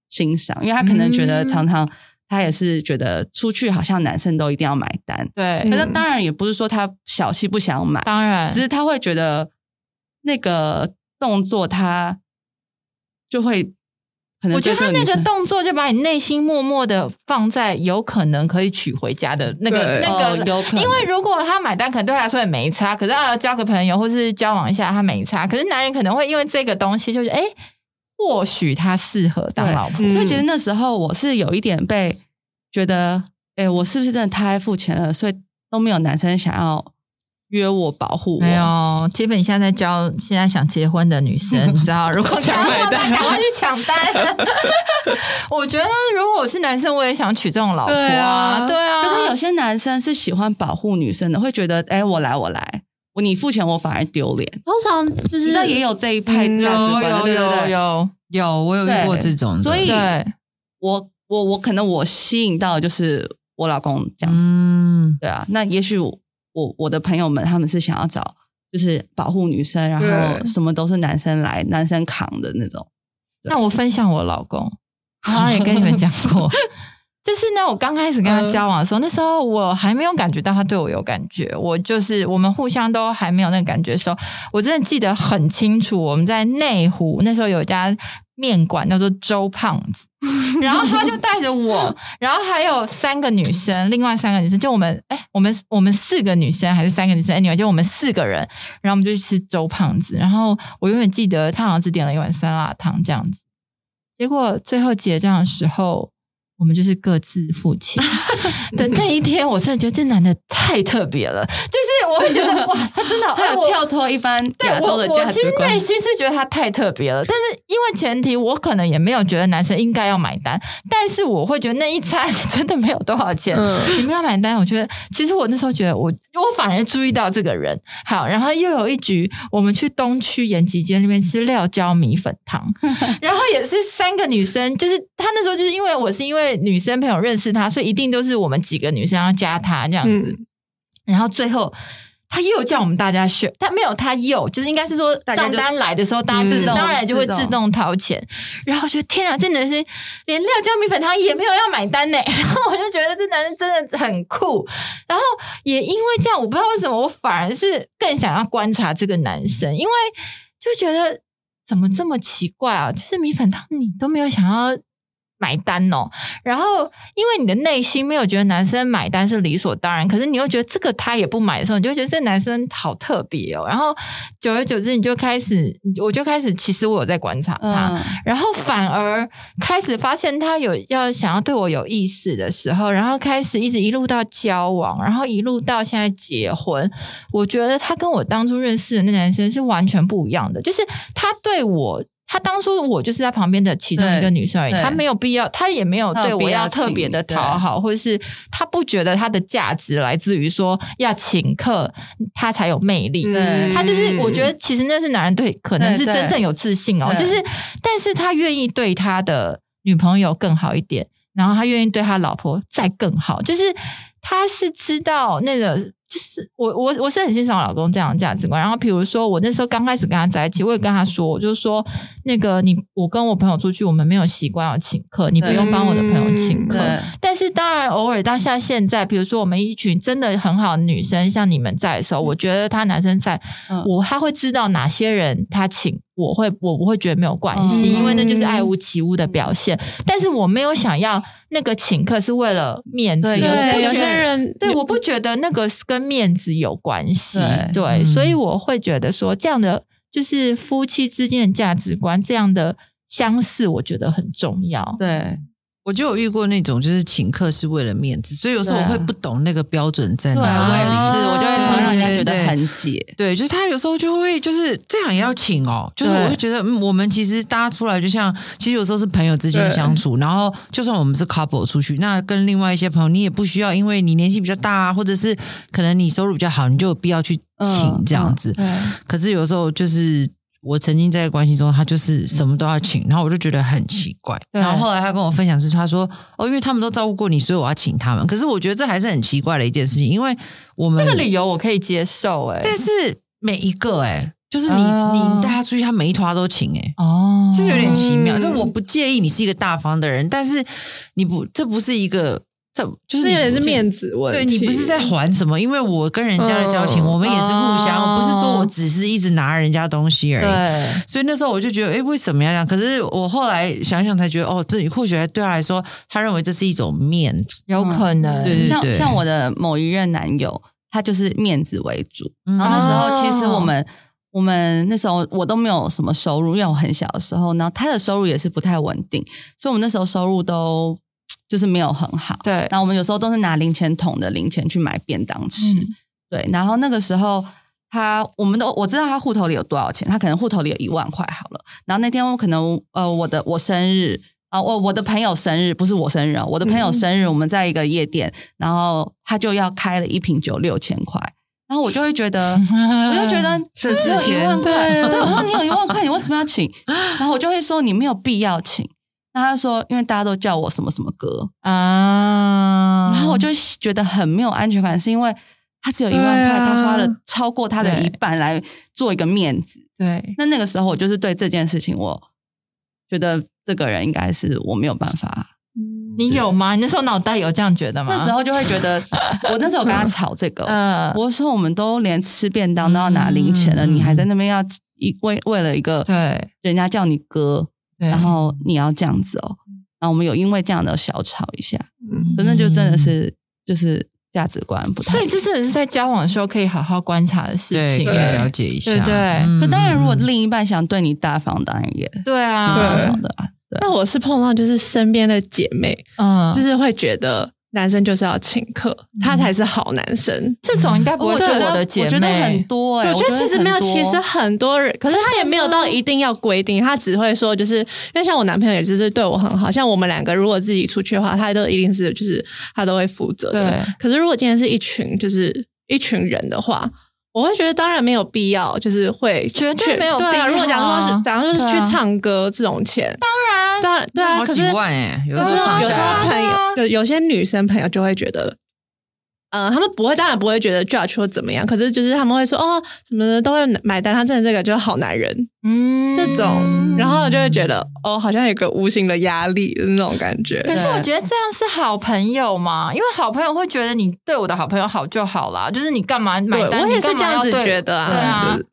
Speaker 4: 欣赏，因为他可能觉得
Speaker 2: 嗯
Speaker 4: 常常他也是觉得出去好像男生都一定要买单，
Speaker 2: 对，
Speaker 4: 可是当然也不是说他小气不想买，
Speaker 2: 嗯当然，
Speaker 4: 只是他会觉得那个动作他就会可能
Speaker 2: 我觉得
Speaker 4: 对
Speaker 2: 他
Speaker 4: 这
Speaker 2: 那
Speaker 4: 女
Speaker 2: 个
Speaker 4: 生
Speaker 2: 动作就把你内心默默的放在有可能可以娶回家的那个
Speaker 1: 对
Speaker 2: 那个、
Speaker 4: 哦有可能
Speaker 2: 因为如果他买单，可能对他来说也没差，可是啊交个朋友或是交往一下，他没差。可是男人可能会因为这个东西，就是哎，诶或许他适合当
Speaker 4: 对
Speaker 2: 老婆
Speaker 1: 嗯，
Speaker 4: 所以其实那时候我是有一点被觉得，哎、我是不是真的太爱付钱了？所以都没有男生想要约我保护
Speaker 2: 没
Speaker 4: 我。
Speaker 2: 有，Tiffany 哎你现在在教现在想结婚的女生，你知道，如果
Speaker 1: 抢
Speaker 2: 拿到
Speaker 1: 买单
Speaker 2: 单，赶快去抢单。 我觉得如果我是男生，我也想娶这种老婆啊，
Speaker 1: 对啊
Speaker 2: 对啊。
Speaker 4: 可是有些男生是喜欢保护女生的，会觉得，哎、我来，我来，我你付钱，我反而丢脸。
Speaker 1: 通常就
Speaker 4: 你
Speaker 1: 是
Speaker 4: 知道也有这一派
Speaker 1: 嗯
Speaker 4: 价值观的，
Speaker 2: 有
Speaker 4: 对
Speaker 2: 有
Speaker 4: 对
Speaker 2: 有
Speaker 4: 对。
Speaker 2: 有，
Speaker 3: 有我有遇过
Speaker 4: 对
Speaker 3: 这种的，
Speaker 4: 所以
Speaker 2: 对。
Speaker 4: 我我我可能我吸引到的就是我老公这样子，
Speaker 3: 嗯，
Speaker 4: 对啊。那也许我我我的朋友们他们是想要找就是保护女生，然后
Speaker 1: 对
Speaker 4: 什么都是男生来男生扛的那种。
Speaker 2: 那我分享我老公，我好像也跟你们讲过，就是呢，我刚开始跟他交往的时候，那时候我还没有感觉到他对我有感觉，我就是我们互相都还没有那个感觉的时候，我真的记得很清楚，我们在内湖那时候有一家面馆叫做周胖 子。然后他就带着我，然后还有三个女生，另外三个女生就我们，哎，我们我们四个女生还是三个女生，anyway，就我们四个人，然后我们就去吃周胖子。然后我永远记得他好像只点了一碗酸辣汤这样子。结果最后结账的时候，我们就是各自付 钱。的那一天，我真的觉得这男的太特别了，就是我会觉得哇，他真的
Speaker 4: 他
Speaker 2: 啊
Speaker 4: 有
Speaker 2: 我
Speaker 4: 跳脱一般
Speaker 2: 对
Speaker 4: 亚洲的
Speaker 2: 我
Speaker 4: 价
Speaker 2: 我其实
Speaker 4: 值
Speaker 2: 内
Speaker 4: 观。
Speaker 2: 心是觉得他太特别了，但是因为前提我可能也没有觉得男生应该要买单，但是我会觉得那一餐真的没有多少钱，
Speaker 1: 嗯
Speaker 2: 你们要买单，我觉得其实我那时候觉得我我反而注意到这个人。好，然后又有一局我们去东区延吉街那边吃料椒米粉 汤，然后也是三个女生，就是她那时候就是因为我是因为女生朋友认识她，所以一定都是我们几个女生要加她这样子。
Speaker 1: 嗯
Speaker 2: 然后最后他又叫我们大家选，他没有他又就是应该是说
Speaker 4: 大家
Speaker 2: 账
Speaker 4: 就
Speaker 2: 单来的时候，大家
Speaker 1: 自
Speaker 4: 动
Speaker 2: 当然就会
Speaker 4: 自动
Speaker 2: 自动掏钱。然后我觉得天啊，这男生连料椒米粉汤也没有要买单呢。 然后我就觉得这男生真的很酷。然后也因为这样，我不知道为什么我反而是更想要观察这个男生，因为就觉得怎么这么奇怪啊？就是米粉汤你都没有想要买单哦，然后因为你的内心没有觉得男生买单是理所当然，可是你又觉得这个他也不买的时候，你就会觉得这男生好特别哦。然后久而久之，你就开始，你我就开始，其实我有在观察他，
Speaker 4: 嗯，
Speaker 2: 然后反而开始发现他有要想要对我有意思的时候，然后开始一直一路到交往，然后一路到现在结婚。我觉得他跟我当初认识的那男生是完全不一样的，就是他对我。他当初我就是在旁边的其中一个女生而已，
Speaker 4: 对对
Speaker 2: 他没有必要，他也没有对我要特别的讨好，或者是他不觉得他的价值来自于说要请客他才有魅力。
Speaker 1: 嗯
Speaker 4: 对
Speaker 2: 他就是，我觉得其实那是男人对，可能是
Speaker 4: 嗯对对
Speaker 2: 真正有自信哦。
Speaker 4: 对
Speaker 2: 就是，但是他愿意对他的女朋友更好一点，然后他愿意对他老婆再更好，就是他是知道那个，就是我我我是很欣赏我老公这样的价值观。然后比如说我那时候刚开始跟他在一起，我也跟他说，我就说那个你我跟我朋友出去，我们没有习惯要请客，你不用帮我的朋友请客。
Speaker 4: 对
Speaker 2: 但是当然，偶尔到像现在，比如说我们一群真的很好的女生，像你们在的时候，我觉得他男生在，
Speaker 4: 嗯
Speaker 2: 我他会知道哪些人他请，我会我不会觉得没有关系，
Speaker 4: 嗯
Speaker 2: 因为那就是爱屋及乌的表现。但是我没有想要那个请客是为了面子，
Speaker 4: 对
Speaker 2: 我不
Speaker 1: 对，
Speaker 2: 觉
Speaker 1: 有
Speaker 2: 得
Speaker 1: 些人
Speaker 2: 对，我不觉得那个是跟面子有关系，
Speaker 4: 对
Speaker 2: 对，
Speaker 3: 嗯
Speaker 2: 所以我会觉得说，这样的就是夫妻之间的价值观，这样的相似，我觉得很重要。
Speaker 4: 对，
Speaker 3: 我就有遇过那种，就是请客是为了面子，所以有时候我
Speaker 4: 对啊
Speaker 3: 会不懂那个标准在
Speaker 4: 对我
Speaker 3: 哪
Speaker 4: 也
Speaker 3: 里。
Speaker 4: 是，我就会
Speaker 2: 啊
Speaker 4: 常让人家觉
Speaker 3: 对对
Speaker 4: 得
Speaker 3: 对
Speaker 4: 很解。
Speaker 3: 对，就是他有时候就会就是这样也要请哦，就是
Speaker 2: 对
Speaker 3: 我会觉得，嗯，我们其实大家出来就像，其实有时候是朋友之间
Speaker 1: 对
Speaker 3: 相处，然后就算我们是 couple 出去，那跟另外一些朋友，你也不需要，因为你年纪比较大啊，或者是可能你收入比较好，你就有必要去请
Speaker 4: 嗯
Speaker 3: 这样子。
Speaker 2: 对，
Speaker 3: 可是有时候就是我曾经在关系中，他就是什么都要请，然后我就觉得很奇怪。
Speaker 2: 对
Speaker 3: 然后后来他跟我分享是，他说哦，因为他们都照顾过你，所以我要请他们。可是我觉得这还是很奇怪的一件事情，因为我们
Speaker 2: 这个理由我可以接受、欸，
Speaker 3: 但是每一个哎、就是你、
Speaker 1: 啊
Speaker 2: 哦
Speaker 3: 你带他出去，他每一团都请哎、
Speaker 2: 哦，
Speaker 3: 这有点奇妙。
Speaker 1: 嗯
Speaker 3: 就我不介意你是一个大方的人，但是你不，这不是一个，这就是
Speaker 1: 这
Speaker 3: 你
Speaker 1: 有点
Speaker 3: 不
Speaker 1: 是
Speaker 3: 介
Speaker 1: 面子问
Speaker 3: 对
Speaker 1: 题，
Speaker 3: 你不是在还什么？因为我跟人家的交情，
Speaker 1: 嗯
Speaker 3: 我们也是互相，
Speaker 2: 哦
Speaker 3: 不是说我只是一直拿人家东西而已。
Speaker 2: 对，
Speaker 3: 所以那时候我就觉得，哎，为什么要这样？可是我后来想想才觉得，哦，这或许对他来说，他认为这是一种面子。
Speaker 2: 有可能，
Speaker 3: 对对
Speaker 4: 像像我的某一任男友，他就是面子为主。
Speaker 3: 嗯
Speaker 4: 然后那时
Speaker 2: 哦
Speaker 4: 候其实我们、我们那时候我都没有什么收入，因为我很小的时候，然后他的收入也是不太稳定，所以我们那时候收入都就是没有很好。
Speaker 2: 对
Speaker 4: 然后我们有时候都是拿零钱桶的零钱去买便当吃。
Speaker 2: 嗯。
Speaker 4: 对，然后那个时候他，我们都我知道他户头里有多少钱，他可能户头里有一万块好了。然后那天我可能呃，我的我生日啊、我我的朋友生日不是我生日哦，我的朋友生日，我们在一个夜店，然后他就要开了一瓶酒六千块，然后我就会觉得
Speaker 2: 我
Speaker 4: 我就觉得
Speaker 3: 这
Speaker 4: 只
Speaker 3: 之
Speaker 4: 有一
Speaker 3: 前
Speaker 4: 万
Speaker 2: 对
Speaker 4: 块，
Speaker 2: 啊
Speaker 4: 对，我说你有一万块，你为什么要请？然后我就会说你没有必要请。那他说因为大家都叫我什么什么哥，
Speaker 2: 啊，
Speaker 4: 然后我就觉得很没有安全感，是因为他只有一万
Speaker 1: 对
Speaker 4: 块，
Speaker 1: 啊
Speaker 4: 他花了超过他的
Speaker 2: 对
Speaker 4: 一半来做一个面子。
Speaker 2: 对
Speaker 4: 那那个时候，我就是对这件事情，我觉得这个人应该是我没有办法。
Speaker 2: 你有吗？你那时候脑袋有这样觉得吗？
Speaker 4: 那时候就会觉得， 我那时候跟他吵这个，
Speaker 2: 嗯，
Speaker 4: 我说我们都连吃便当都要拿零钱了，
Speaker 3: 嗯
Speaker 4: 你还在那边要一为为了一个
Speaker 2: 对
Speaker 4: 人家叫你哥，
Speaker 2: 对，
Speaker 4: 然后你要这样子哦。然后我们有因为这样的小吵一下，
Speaker 1: 嗯
Speaker 4: 可是那就真的是就是价值观不太
Speaker 2: 所以这真的是在交往的时候可以好好观察的事
Speaker 3: 对，
Speaker 2: 情，
Speaker 3: 可以了解一下。
Speaker 2: 对对
Speaker 3: 嗯
Speaker 4: 可当然，如果另一半想对你大方，当然也
Speaker 2: 对啊，
Speaker 4: 挺
Speaker 1: 对
Speaker 4: 好的啊。
Speaker 1: 那我是碰到就是身边的姐妹，
Speaker 2: 嗯，
Speaker 1: 就是会觉得男生就是要请客，他才是好男生。
Speaker 2: 这种应该啊
Speaker 1: 哦
Speaker 2: 不会是
Speaker 4: 觉得
Speaker 2: 的姐妹，
Speaker 4: 我觉得很多哎、
Speaker 1: 对我觉得其实没有，
Speaker 4: 很多
Speaker 1: 其实很多人，可是他也没有到一定要规定，他只会说，就是因为像我男朋友也就是对我很好，像我们两个如果自己出去的话，他都一定是就是他都会负责的
Speaker 2: 对。
Speaker 1: 可是如果今天是一群就是一群人的话，我会觉得当然没有必要，就是会
Speaker 2: 绝对
Speaker 1: 去
Speaker 2: 没有
Speaker 1: 对
Speaker 2: 必要
Speaker 1: 啊。
Speaker 2: 啊
Speaker 1: 如果假如说是，假如说是
Speaker 2: 对
Speaker 1: 去
Speaker 2: 啊
Speaker 1: 唱歌这种钱，当然，当然对
Speaker 3: 那
Speaker 1: 啊，
Speaker 3: 好
Speaker 1: 可
Speaker 3: 几
Speaker 1: 是
Speaker 3: 万哎，有时候
Speaker 1: 有时候
Speaker 3: 上
Speaker 1: 啊有时
Speaker 3: 下
Speaker 1: 候
Speaker 3: 来
Speaker 1: 朋友有有些女生朋友就会觉得，呃，他们不会，当然不会觉得 judge 或怎么样，可是就是他们会说哦，什么的都会买单，他真的这个就是好男人
Speaker 2: 嗯
Speaker 1: 这种，然后就会觉得哦，好像有个无形的压力的那种感觉。
Speaker 2: 可是我觉得这样是好朋友嘛，因为好朋友会觉得你对我的好朋友好就好啦，就是你干嘛买
Speaker 1: 对
Speaker 2: 单，
Speaker 1: 我也是
Speaker 2: 你干
Speaker 1: 这
Speaker 2: 嘛
Speaker 1: 样
Speaker 2: 要
Speaker 1: 子
Speaker 2: 对
Speaker 1: 觉得啊，
Speaker 2: 对啊
Speaker 1: 就是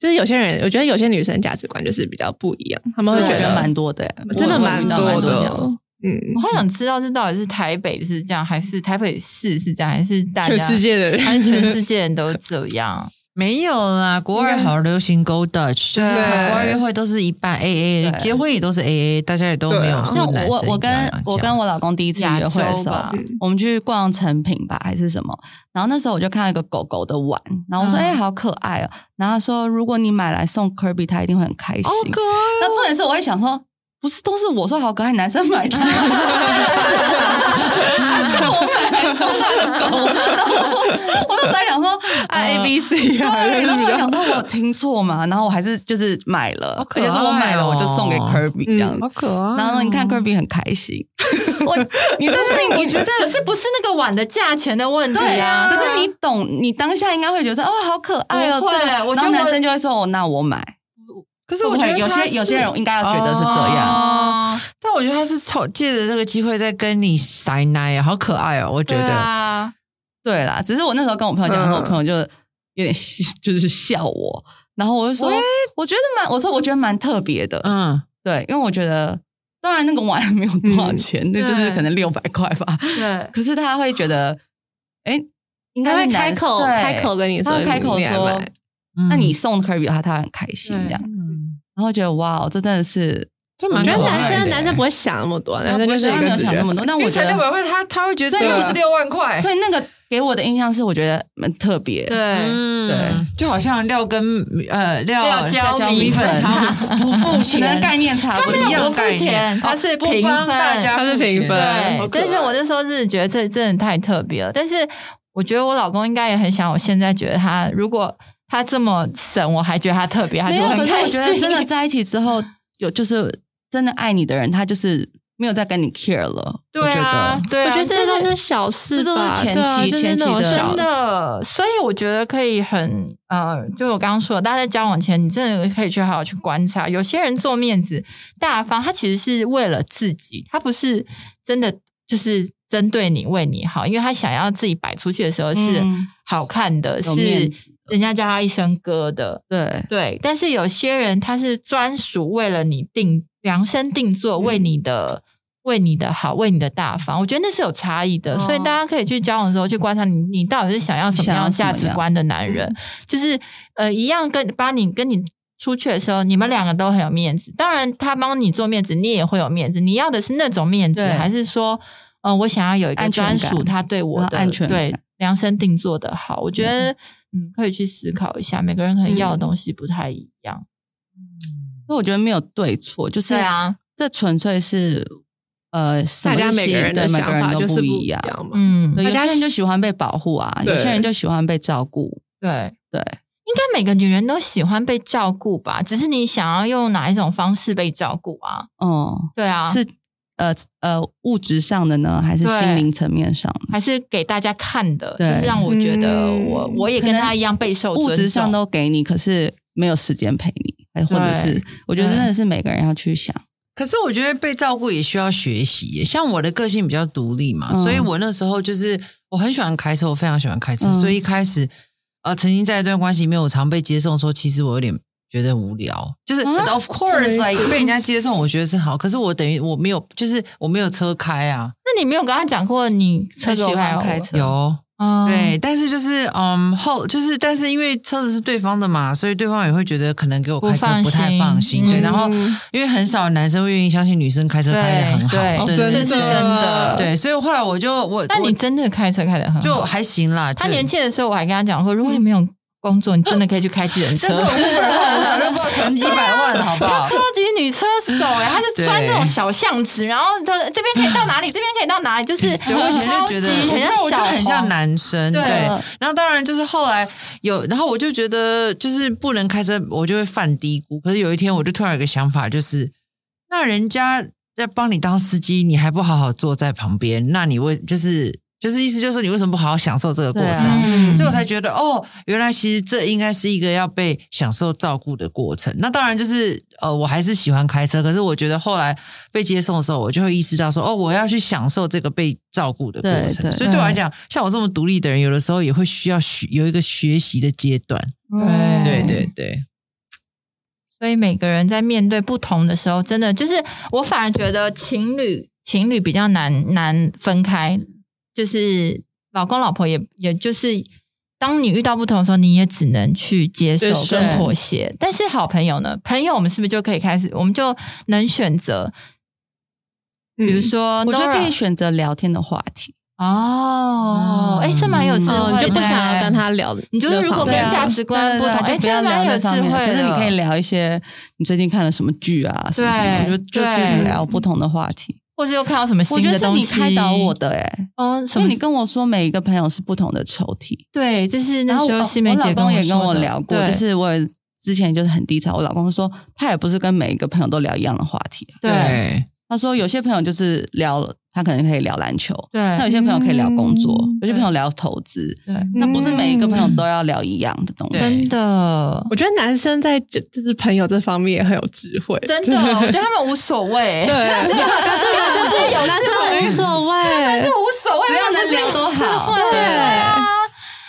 Speaker 1: 就是有些人，我觉得有些女生价值观就是比较不一样，他们
Speaker 4: 我
Speaker 1: 会
Speaker 4: 觉
Speaker 1: 觉得
Speaker 4: 得蛮多的、欸，
Speaker 1: 真的
Speaker 4: 我
Speaker 1: 蛮
Speaker 4: 遇到
Speaker 1: 多
Speaker 4: 蛮这
Speaker 1: 的
Speaker 4: 样子。，
Speaker 1: 嗯，
Speaker 2: 我好想知道这到底是台北是这样，还是台北市是这样，还是大家
Speaker 1: 全世界的人
Speaker 2: 还是全世界人都这 样？
Speaker 3: 没有啦，国外好流行 Go Dutch，就是
Speaker 1: 对
Speaker 3: 国外约会都是一半 A A，
Speaker 4: 对
Speaker 3: 结婚也都是 A A，大家也都没
Speaker 1: 对
Speaker 3: 有
Speaker 1: 啊
Speaker 4: 那
Speaker 3: 说嗯男
Speaker 4: 我
Speaker 3: 生
Speaker 4: 我我
Speaker 3: 一定要
Speaker 4: 跟
Speaker 3: 这样
Speaker 4: 我跟我老公第一次约会的时
Speaker 2: 亚洲
Speaker 4: 候
Speaker 2: 吧，
Speaker 4: 我们去逛成品吧还是什么，然后那时候我就看到一个狗狗的碗，然后我说
Speaker 2: 嗯
Speaker 4: 哎、好可爱哦，然后他说如果你买来送 Kirby，他一定会很开心。
Speaker 3: 好可爱哦
Speaker 4: 那重点是，我会想说，不是都是我说好可爱，男生买单，啊 结果我买来送他的狗，然后我就在 想说，哎
Speaker 3: ，A B C 啊，
Speaker 4: 对，然
Speaker 3: 就是
Speaker 4: 后我
Speaker 3: 比较
Speaker 4: 想说我有听错嘛，然后我还是就是买了
Speaker 2: 好，可
Speaker 4: 而
Speaker 2: 爱
Speaker 4: 且
Speaker 2: 哦嗯
Speaker 4: 是我买了我就送给 Kirby 这样子。
Speaker 3: 可爱
Speaker 4: 然后呢，你看 Kirby 很开 心，我你但是你你觉得
Speaker 2: 可是不是那个碗的价钱的问
Speaker 4: 对
Speaker 2: 题啊？
Speaker 4: 可是你懂，你当下应该会觉得哦，好可爱哦，
Speaker 2: 不会
Speaker 4: 这个
Speaker 2: 我觉
Speaker 4: 然
Speaker 2: 得
Speaker 4: 后男
Speaker 2: 我
Speaker 4: 生就会说哦，那我买。
Speaker 3: 可是我觉得
Speaker 4: 会不会有
Speaker 3: 他
Speaker 4: 些
Speaker 3: 是
Speaker 4: 有些人应该要觉得是这样，
Speaker 2: 哦，
Speaker 3: 但我觉得他是凑借着这个机会在跟你塞奶啊，好可爱哦！我觉
Speaker 2: 对
Speaker 3: 得、
Speaker 2: 啊，
Speaker 4: 对啦。只是我那时候跟我朋友讲的时候，
Speaker 1: 嗯
Speaker 4: 我朋友就有点 就是笑我，然后我就说我觉得蛮，我说我觉得蛮特别的，
Speaker 3: 嗯，
Speaker 4: 对，因为我觉得当然那个碗没有多少钱，那就是
Speaker 2: 对
Speaker 4: 可能六百块吧，
Speaker 2: 对，
Speaker 4: 可是他会觉得，哎，应
Speaker 1: 他
Speaker 4: 该
Speaker 1: 会
Speaker 4: 是男
Speaker 1: 开口
Speaker 4: 对
Speaker 1: 开口跟你
Speaker 4: 他
Speaker 1: 说，
Speaker 4: 会开口
Speaker 1: 你来买
Speaker 4: 说，那你送 Kirby 他，他很开心
Speaker 2: 对
Speaker 4: 这样，
Speaker 3: 嗯，
Speaker 4: 然后觉得哇，这真的是
Speaker 3: 这
Speaker 1: 我
Speaker 3: 蛮可
Speaker 1: 觉得
Speaker 3: 爱的
Speaker 1: 男生
Speaker 3: 欸
Speaker 1: 男生不会想那么多，男生啊就是一
Speaker 4: 他没
Speaker 1: 个
Speaker 4: 有
Speaker 1: 直
Speaker 4: 想
Speaker 1: 觉
Speaker 4: 那么多，但
Speaker 3: 因
Speaker 4: 我
Speaker 3: 为
Speaker 4: 觉
Speaker 3: 才
Speaker 4: 得
Speaker 3: 六百块，他他会觉得
Speaker 4: 所
Speaker 3: 这
Speaker 4: 以那
Speaker 3: 个
Speaker 4: 个
Speaker 3: 是六万块，
Speaker 4: 所以那个给我的印象是，我觉得蛮特别。
Speaker 2: 对，
Speaker 3: 嗯，
Speaker 4: 对
Speaker 3: 就好像料跟呃料
Speaker 2: 料
Speaker 4: 椒
Speaker 3: 椒
Speaker 4: 米
Speaker 3: 粉，
Speaker 4: 粉
Speaker 3: 他不付
Speaker 4: 可能
Speaker 3: 钱，
Speaker 4: 概念差
Speaker 2: 他
Speaker 4: 不多
Speaker 2: 没有
Speaker 3: 一
Speaker 2: 不
Speaker 3: 样
Speaker 2: 付
Speaker 3: 概念
Speaker 2: 钱，他
Speaker 3: 哦
Speaker 2: 是
Speaker 3: 不
Speaker 2: 平
Speaker 3: 帮大
Speaker 2: 分
Speaker 3: 家
Speaker 1: 他是
Speaker 3: 付钱
Speaker 1: 平分
Speaker 2: 对
Speaker 1: 好，
Speaker 2: 但是我那时候是觉得这真的太特别了。但是我觉得我老公应该也很想，我现在觉得他如果他这么省，我还觉得他特别，他
Speaker 4: 没
Speaker 2: 就
Speaker 4: 有，可
Speaker 2: 很
Speaker 4: 是
Speaker 2: 开
Speaker 4: 我觉
Speaker 2: 心。
Speaker 4: 得真的在一起之后，有就是真的爱你的人，他就是没有再跟你 care 了。我
Speaker 2: 对
Speaker 4: 觉
Speaker 2: 啊
Speaker 4: 得，，
Speaker 2: 对
Speaker 1: 我
Speaker 2: 啊，
Speaker 1: 觉得这
Speaker 2: 就
Speaker 1: 都是
Speaker 2: 是
Speaker 1: 小事
Speaker 4: 这都是
Speaker 1: 吧，
Speaker 4: 前
Speaker 1: 对啊
Speaker 4: 期
Speaker 1: 就是
Speaker 4: 前
Speaker 1: 那
Speaker 4: 期
Speaker 1: 种
Speaker 4: 的
Speaker 1: 小
Speaker 2: 哦真的，所以我觉得可以很呃，就我刚刚说的，大家在交往前，你真的可以去好好去观察。有些人做面子大方，他其实是为了自己，他不是真的就是针对你为你好，因为他想要自己摆出去的时候是
Speaker 4: 嗯
Speaker 2: 好看的，
Speaker 4: 有面
Speaker 2: 是
Speaker 4: 子
Speaker 2: 人家叫他一声哥的，
Speaker 4: 对，
Speaker 2: 对。但是有些人他是专属为了你定量身定做，为你的。
Speaker 4: 嗯
Speaker 2: 为你的好，为你的大方，我觉得那是有差异的，
Speaker 4: 哦
Speaker 2: 所以大家可以去交往的时候去观察你，你到底是想要什么样的价
Speaker 4: 想要什么
Speaker 2: 值观的男
Speaker 4: 嗯
Speaker 2: 人，就是呃，一样跟把你跟你出去的时候，你们两个都很有面子。当然，他帮你做面子，你也会有面子。你要的是那种面子，
Speaker 4: 对
Speaker 2: 还是说，呃，我想要有一个
Speaker 4: 安全
Speaker 2: 专
Speaker 4: 感
Speaker 2: 属他对我
Speaker 4: 然
Speaker 2: 的
Speaker 4: 后安全感
Speaker 2: 对量身定做的好？我觉得，嗯，可以去思考一下，每个人可能要的东西不太一样。
Speaker 4: 所以我觉得没有对错，就是
Speaker 2: 对啊，
Speaker 4: 这纯粹是呃，什
Speaker 1: 大
Speaker 4: 么
Speaker 1: 家
Speaker 4: 是
Speaker 1: 每
Speaker 4: 吸
Speaker 1: 个
Speaker 4: 引
Speaker 1: 人的
Speaker 4: 每
Speaker 1: 想
Speaker 4: 个人
Speaker 1: 法
Speaker 4: 都
Speaker 1: 就是
Speaker 4: 不
Speaker 1: 不
Speaker 4: 一样。
Speaker 1: 样嘛。
Speaker 2: 嗯，
Speaker 4: 对，
Speaker 2: 对
Speaker 4: 有
Speaker 1: 大
Speaker 4: 些
Speaker 1: 家
Speaker 4: 人就喜欢被保护啊，
Speaker 1: 对
Speaker 4: 有些人就喜欢被照顾。
Speaker 2: 对。
Speaker 4: 对，
Speaker 2: 应该每个女人都喜欢被照顾吧，只是你想要用哪一种方式被照顾啊？
Speaker 4: 嗯，
Speaker 2: 对啊，
Speaker 4: 是呃呃物质上的呢，还是
Speaker 2: 对
Speaker 4: 心灵层面上的？
Speaker 2: 还是给大家看的，就
Speaker 4: 对
Speaker 2: 是让我觉得我、
Speaker 1: 嗯
Speaker 2: 我也跟他一样备受
Speaker 4: 物
Speaker 2: 尊
Speaker 4: 质上
Speaker 2: 重。
Speaker 4: 都给你，可是没有时间陪你，哎，或者是我觉得真的是每个人要去想，
Speaker 3: 可是我觉得被照顾也需要学习耶，像我的个性比较独立嘛，
Speaker 4: 嗯
Speaker 3: 所以我那时候就是我很喜欢开车，我非常喜欢开车，
Speaker 4: 嗯
Speaker 3: 所以一开始呃，曾经在一段关系里面，我常被接送的时候，其实我有点觉得无聊，就是、
Speaker 4: 啊
Speaker 3: of course like 被人家接送，我觉得是好，可是我等于我没有，就是我没有车开啊，
Speaker 2: 那你没有跟他讲过你车
Speaker 4: 很
Speaker 2: 给我
Speaker 4: 喜欢
Speaker 2: 看
Speaker 4: 开
Speaker 2: 哦
Speaker 4: 车，
Speaker 3: 有。
Speaker 2: 哦
Speaker 3: 对，但是就是嗯后就是，但是因为车子是对方的嘛，所以对方也会觉得可能给我
Speaker 2: 不
Speaker 3: 开车
Speaker 2: 放
Speaker 3: 不太
Speaker 2: 心
Speaker 3: 放心。对，
Speaker 2: 嗯
Speaker 3: 然后因为很少男生会愿意相信女生开车开的很好，
Speaker 2: 对
Speaker 1: 真
Speaker 2: 对，
Speaker 3: 对
Speaker 2: 这
Speaker 1: 的
Speaker 2: 是真的。，
Speaker 3: 对，所以后来我就我，
Speaker 2: 但你
Speaker 3: 我
Speaker 2: 真的开车开的很好。
Speaker 3: 就还行啦。
Speaker 2: 他
Speaker 3: 对
Speaker 2: 年，轻的时候，我还跟他讲说，如果你没有工作，你真的可以去开计程车。
Speaker 3: 这是 我 Uber 的话，我早就不知道存几百万了，好不
Speaker 2: 他
Speaker 3: 好
Speaker 2: 超？级女车手哎、她是钻那种小巷子，然后她这边可以到哪里，这边可以到哪里，就是
Speaker 3: 对，我以前就觉得，
Speaker 2: 超级
Speaker 3: 我
Speaker 2: 很
Speaker 3: 但
Speaker 2: 像
Speaker 3: 我就
Speaker 2: 小
Speaker 3: 很像
Speaker 2: 黄
Speaker 3: 男生，
Speaker 2: 对
Speaker 3: 对。然后当然就是后来有，然后我就觉得就是不能开车，我就会犯低估。可是有一天我就突然有一个想法，就是那人家在帮你当司机，你还不好好坐在旁边，那你为就是就是意思就是说你为什么不好好享受这个过
Speaker 4: 对啊
Speaker 3: 程？
Speaker 2: 嗯
Speaker 3: 所以我才觉得哦，原来其实这应该是一个要被享受照顾的过程。那当然就是呃，我还是喜欢开车，可是我觉得后来被接送的时候，我就会意识到说哦，我要去享受这个被照顾的过程。
Speaker 4: 对对
Speaker 3: 所以对我来讲，像我这么独立的人，有的时候也会需要学有一个学习的阶段。
Speaker 2: 嗯
Speaker 3: 对对对，
Speaker 2: 所以每个人在面对不同的时候，真的就是我反而觉得情侣情侣比较难难分开，就是老公老婆也也就是当你遇到不同的时候，你也只能去接受
Speaker 1: 对
Speaker 2: 跟妥协。但是好朋友呢，朋友我们是不是就可以开始，我们就能选择，比如
Speaker 1: 嗯
Speaker 2: 说 Nora,、
Speaker 4: 嗯我觉得可以选择聊天的话题，
Speaker 2: 哦，哎、
Speaker 3: 嗯
Speaker 2: 这蛮有智慧
Speaker 1: 嗯，
Speaker 2: 的、
Speaker 1: 就不想要跟他聊这方面。
Speaker 2: 你就是如果
Speaker 4: 对
Speaker 2: 跟价
Speaker 4: 啊
Speaker 2: 值观不
Speaker 4: 对
Speaker 2: 同哎
Speaker 4: 对对就不要
Speaker 2: 这蛮
Speaker 4: 聊
Speaker 2: 有
Speaker 4: 那方面
Speaker 2: 智慧
Speaker 4: 可是你可以
Speaker 2: 的
Speaker 4: 聊一些你最近看了什么剧啊，什么什么
Speaker 2: 对
Speaker 4: 的，就就是
Speaker 2: 对
Speaker 4: 聊不同的话题。
Speaker 2: 或者又看到什么
Speaker 4: 我
Speaker 2: 新
Speaker 4: 觉
Speaker 2: 的
Speaker 4: 得是
Speaker 2: 东西，
Speaker 4: 你开导我的哎、
Speaker 2: 哦，什
Speaker 4: 因
Speaker 2: 么
Speaker 4: 为你跟我说每一个朋友是不同的抽屉，
Speaker 2: 对，就是
Speaker 4: 然
Speaker 2: 那
Speaker 4: 后
Speaker 2: 时
Speaker 4: 我
Speaker 2: 候
Speaker 4: 哦
Speaker 2: 西梅
Speaker 4: 我
Speaker 2: 姐
Speaker 4: 老公也跟
Speaker 2: 我
Speaker 4: 我
Speaker 2: 说的
Speaker 4: 聊过，
Speaker 2: 对
Speaker 4: 就是我之前就是很低潮，我老公说他也不是跟每一个朋友都聊一样的话题啊、
Speaker 2: 对
Speaker 4: 他说有些朋友就是聊了，他可能可以聊篮球，那
Speaker 2: 对
Speaker 4: 有些朋友可以聊工作，
Speaker 1: 嗯
Speaker 4: 有
Speaker 2: 对
Speaker 4: 些朋友聊投资，
Speaker 2: 对，
Speaker 4: 那不是每一个朋友都要聊一样的东
Speaker 3: 对
Speaker 4: 西
Speaker 2: 真。的。
Speaker 1: 我觉得男生在就就是朋友这方面也很有智慧，
Speaker 2: 真的，我觉得他们无所谓，对，男生是有
Speaker 1: 男生无
Speaker 2: 智慧，
Speaker 1: 所
Speaker 2: 是
Speaker 1: 谓，
Speaker 2: 无所谓，
Speaker 4: 只要能聊都好
Speaker 2: 对
Speaker 1: 对
Speaker 2: 啊。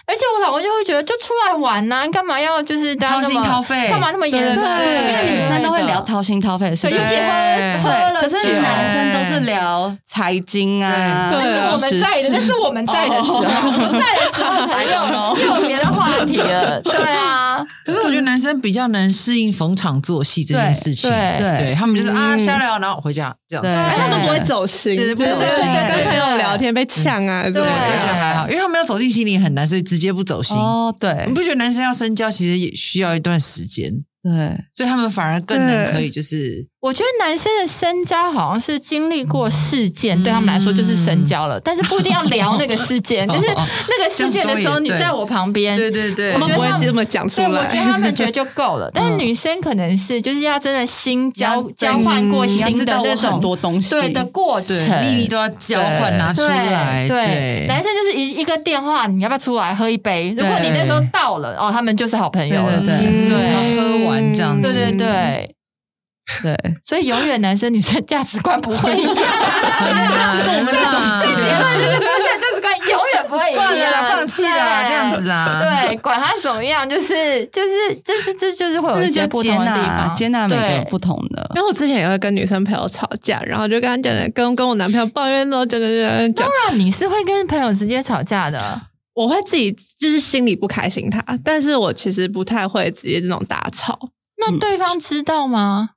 Speaker 2: 而且我老公就会觉得，就出来玩呐、干嘛要就是大家那么
Speaker 3: 掏心掏肺
Speaker 2: 干嘛那么严肃？
Speaker 1: 对
Speaker 4: 对，因为女生都会聊掏心掏肺的事
Speaker 2: 对，
Speaker 4: 情
Speaker 2: 一，起
Speaker 3: 对
Speaker 2: 喝喝了
Speaker 4: 可
Speaker 2: 酒，
Speaker 4: 是男生都是聊财经啊，
Speaker 1: 对
Speaker 2: 就是我们在的，那
Speaker 4: 时事
Speaker 2: 是我们在的时候，不在的时候才
Speaker 4: I don't
Speaker 2: 有
Speaker 4: know
Speaker 2: 又有别的话题了。对啊，
Speaker 3: 可是我觉得男生比较能适应逢场作戏这件事情，
Speaker 2: 对
Speaker 4: 对
Speaker 3: 对他们就是啊
Speaker 1: 嗯
Speaker 3: 瞎聊，然后回家这样子，
Speaker 4: 对
Speaker 1: 哎，他都不会走心，
Speaker 3: 对不走心
Speaker 1: 就是
Speaker 2: 对
Speaker 1: 跟朋友聊天被呛啊，这
Speaker 3: 对
Speaker 1: 种
Speaker 3: 我就觉得
Speaker 1: 的。
Speaker 3: 还好，因为他们要走进心里很难，所以直接不走心。
Speaker 4: 哦，对
Speaker 3: 你不觉得男生要深交其实也需要一段时间，
Speaker 4: 对，
Speaker 3: 所以他们反而更能
Speaker 1: 对
Speaker 3: 可以就是
Speaker 2: 我觉得男生的深交好像是经历过事件，对他们来说就是深交了，但是不一定要聊那个事 件，就是 那个事件的时候，
Speaker 3: 这样说也
Speaker 2: 你
Speaker 3: 对
Speaker 2: 在我旁边，
Speaker 3: 哦对对对
Speaker 1: 他们
Speaker 2: 我觉得
Speaker 1: 不会
Speaker 2: 他们
Speaker 1: 这么讲出
Speaker 2: 对，我觉得
Speaker 1: 来。
Speaker 2: 他们觉得就够了。但是女生可能是就是要真的心交
Speaker 4: 你要嗯
Speaker 2: 交换过
Speaker 4: 你要
Speaker 2: 心
Speaker 4: 知
Speaker 2: 的
Speaker 4: 道
Speaker 2: 那
Speaker 4: 我很
Speaker 2: 种
Speaker 4: 多东西，
Speaker 2: 对的过程
Speaker 3: 对，秘密都要交换
Speaker 4: 对
Speaker 3: 拿出来，
Speaker 2: 对男生就是一一个电话，你要不要出来喝一杯？如果你那时候到了，哦，他们就是好朋
Speaker 4: 对
Speaker 2: 友了。
Speaker 4: 对对
Speaker 1: 嗯
Speaker 2: 对
Speaker 3: 然后喝完这样子，
Speaker 2: 对对对
Speaker 4: 对，
Speaker 2: 所以永远男生女生价值观不会一样。
Speaker 3: 很难
Speaker 2: 这种
Speaker 3: 啊
Speaker 2: 这结论就是发现价值观永远不会一样。
Speaker 3: 算了啦，放弃啦，
Speaker 2: 对
Speaker 3: 这样子。啦，
Speaker 2: 对，管他怎么样，就是就是就是这就是会有
Speaker 4: 但
Speaker 2: 一
Speaker 4: 是
Speaker 2: 些
Speaker 4: 就
Speaker 2: 不
Speaker 4: 接
Speaker 2: 同的地
Speaker 4: 纳
Speaker 2: 方，
Speaker 4: 接纳每个
Speaker 2: 对
Speaker 4: 不同的
Speaker 1: 因。为我之前也会跟女生朋友吵架，然后就跟她讲的，跟跟我男朋友抱怨之后，讲讲讲讲，
Speaker 2: 那你是会跟朋友直接吵架的，
Speaker 1: 我会自己就是心里不开心他，但是我其实不太会直接这种大吵。
Speaker 2: 那对方知道吗？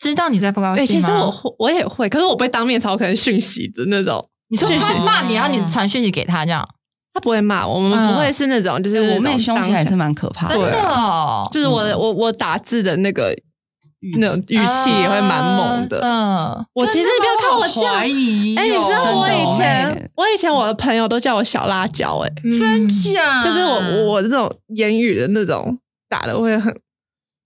Speaker 2: 知道你在不高兴
Speaker 1: 对，其
Speaker 2: 哦吗？
Speaker 1: 实我会我也会，可是我不会当面吵，可能讯息的那种。
Speaker 2: 你说
Speaker 1: 讯息
Speaker 2: 他骂你，然后你传讯息给他这样，
Speaker 1: 他不会骂我们，
Speaker 2: 嗯
Speaker 1: 不会是那种就是
Speaker 4: 我妹
Speaker 1: 那种
Speaker 4: 凶起来
Speaker 1: 当下
Speaker 4: 是蛮可怕
Speaker 2: 真
Speaker 4: 的，
Speaker 2: 的哦，
Speaker 1: 就是我的我我打字的那个那种语气也会蛮猛的。
Speaker 2: 嗯，
Speaker 1: 我其实不要看我这
Speaker 3: 怀
Speaker 1: 样，
Speaker 3: 疑哦，
Speaker 1: 哎，你知道我以
Speaker 4: 真的
Speaker 1: 前
Speaker 4: 哦
Speaker 1: 我以前我的朋友都叫我小辣椒，哎，
Speaker 2: 嗯
Speaker 3: 真假？
Speaker 1: 就是啊我
Speaker 4: 嗯
Speaker 1: 我这种言语的那种打的会很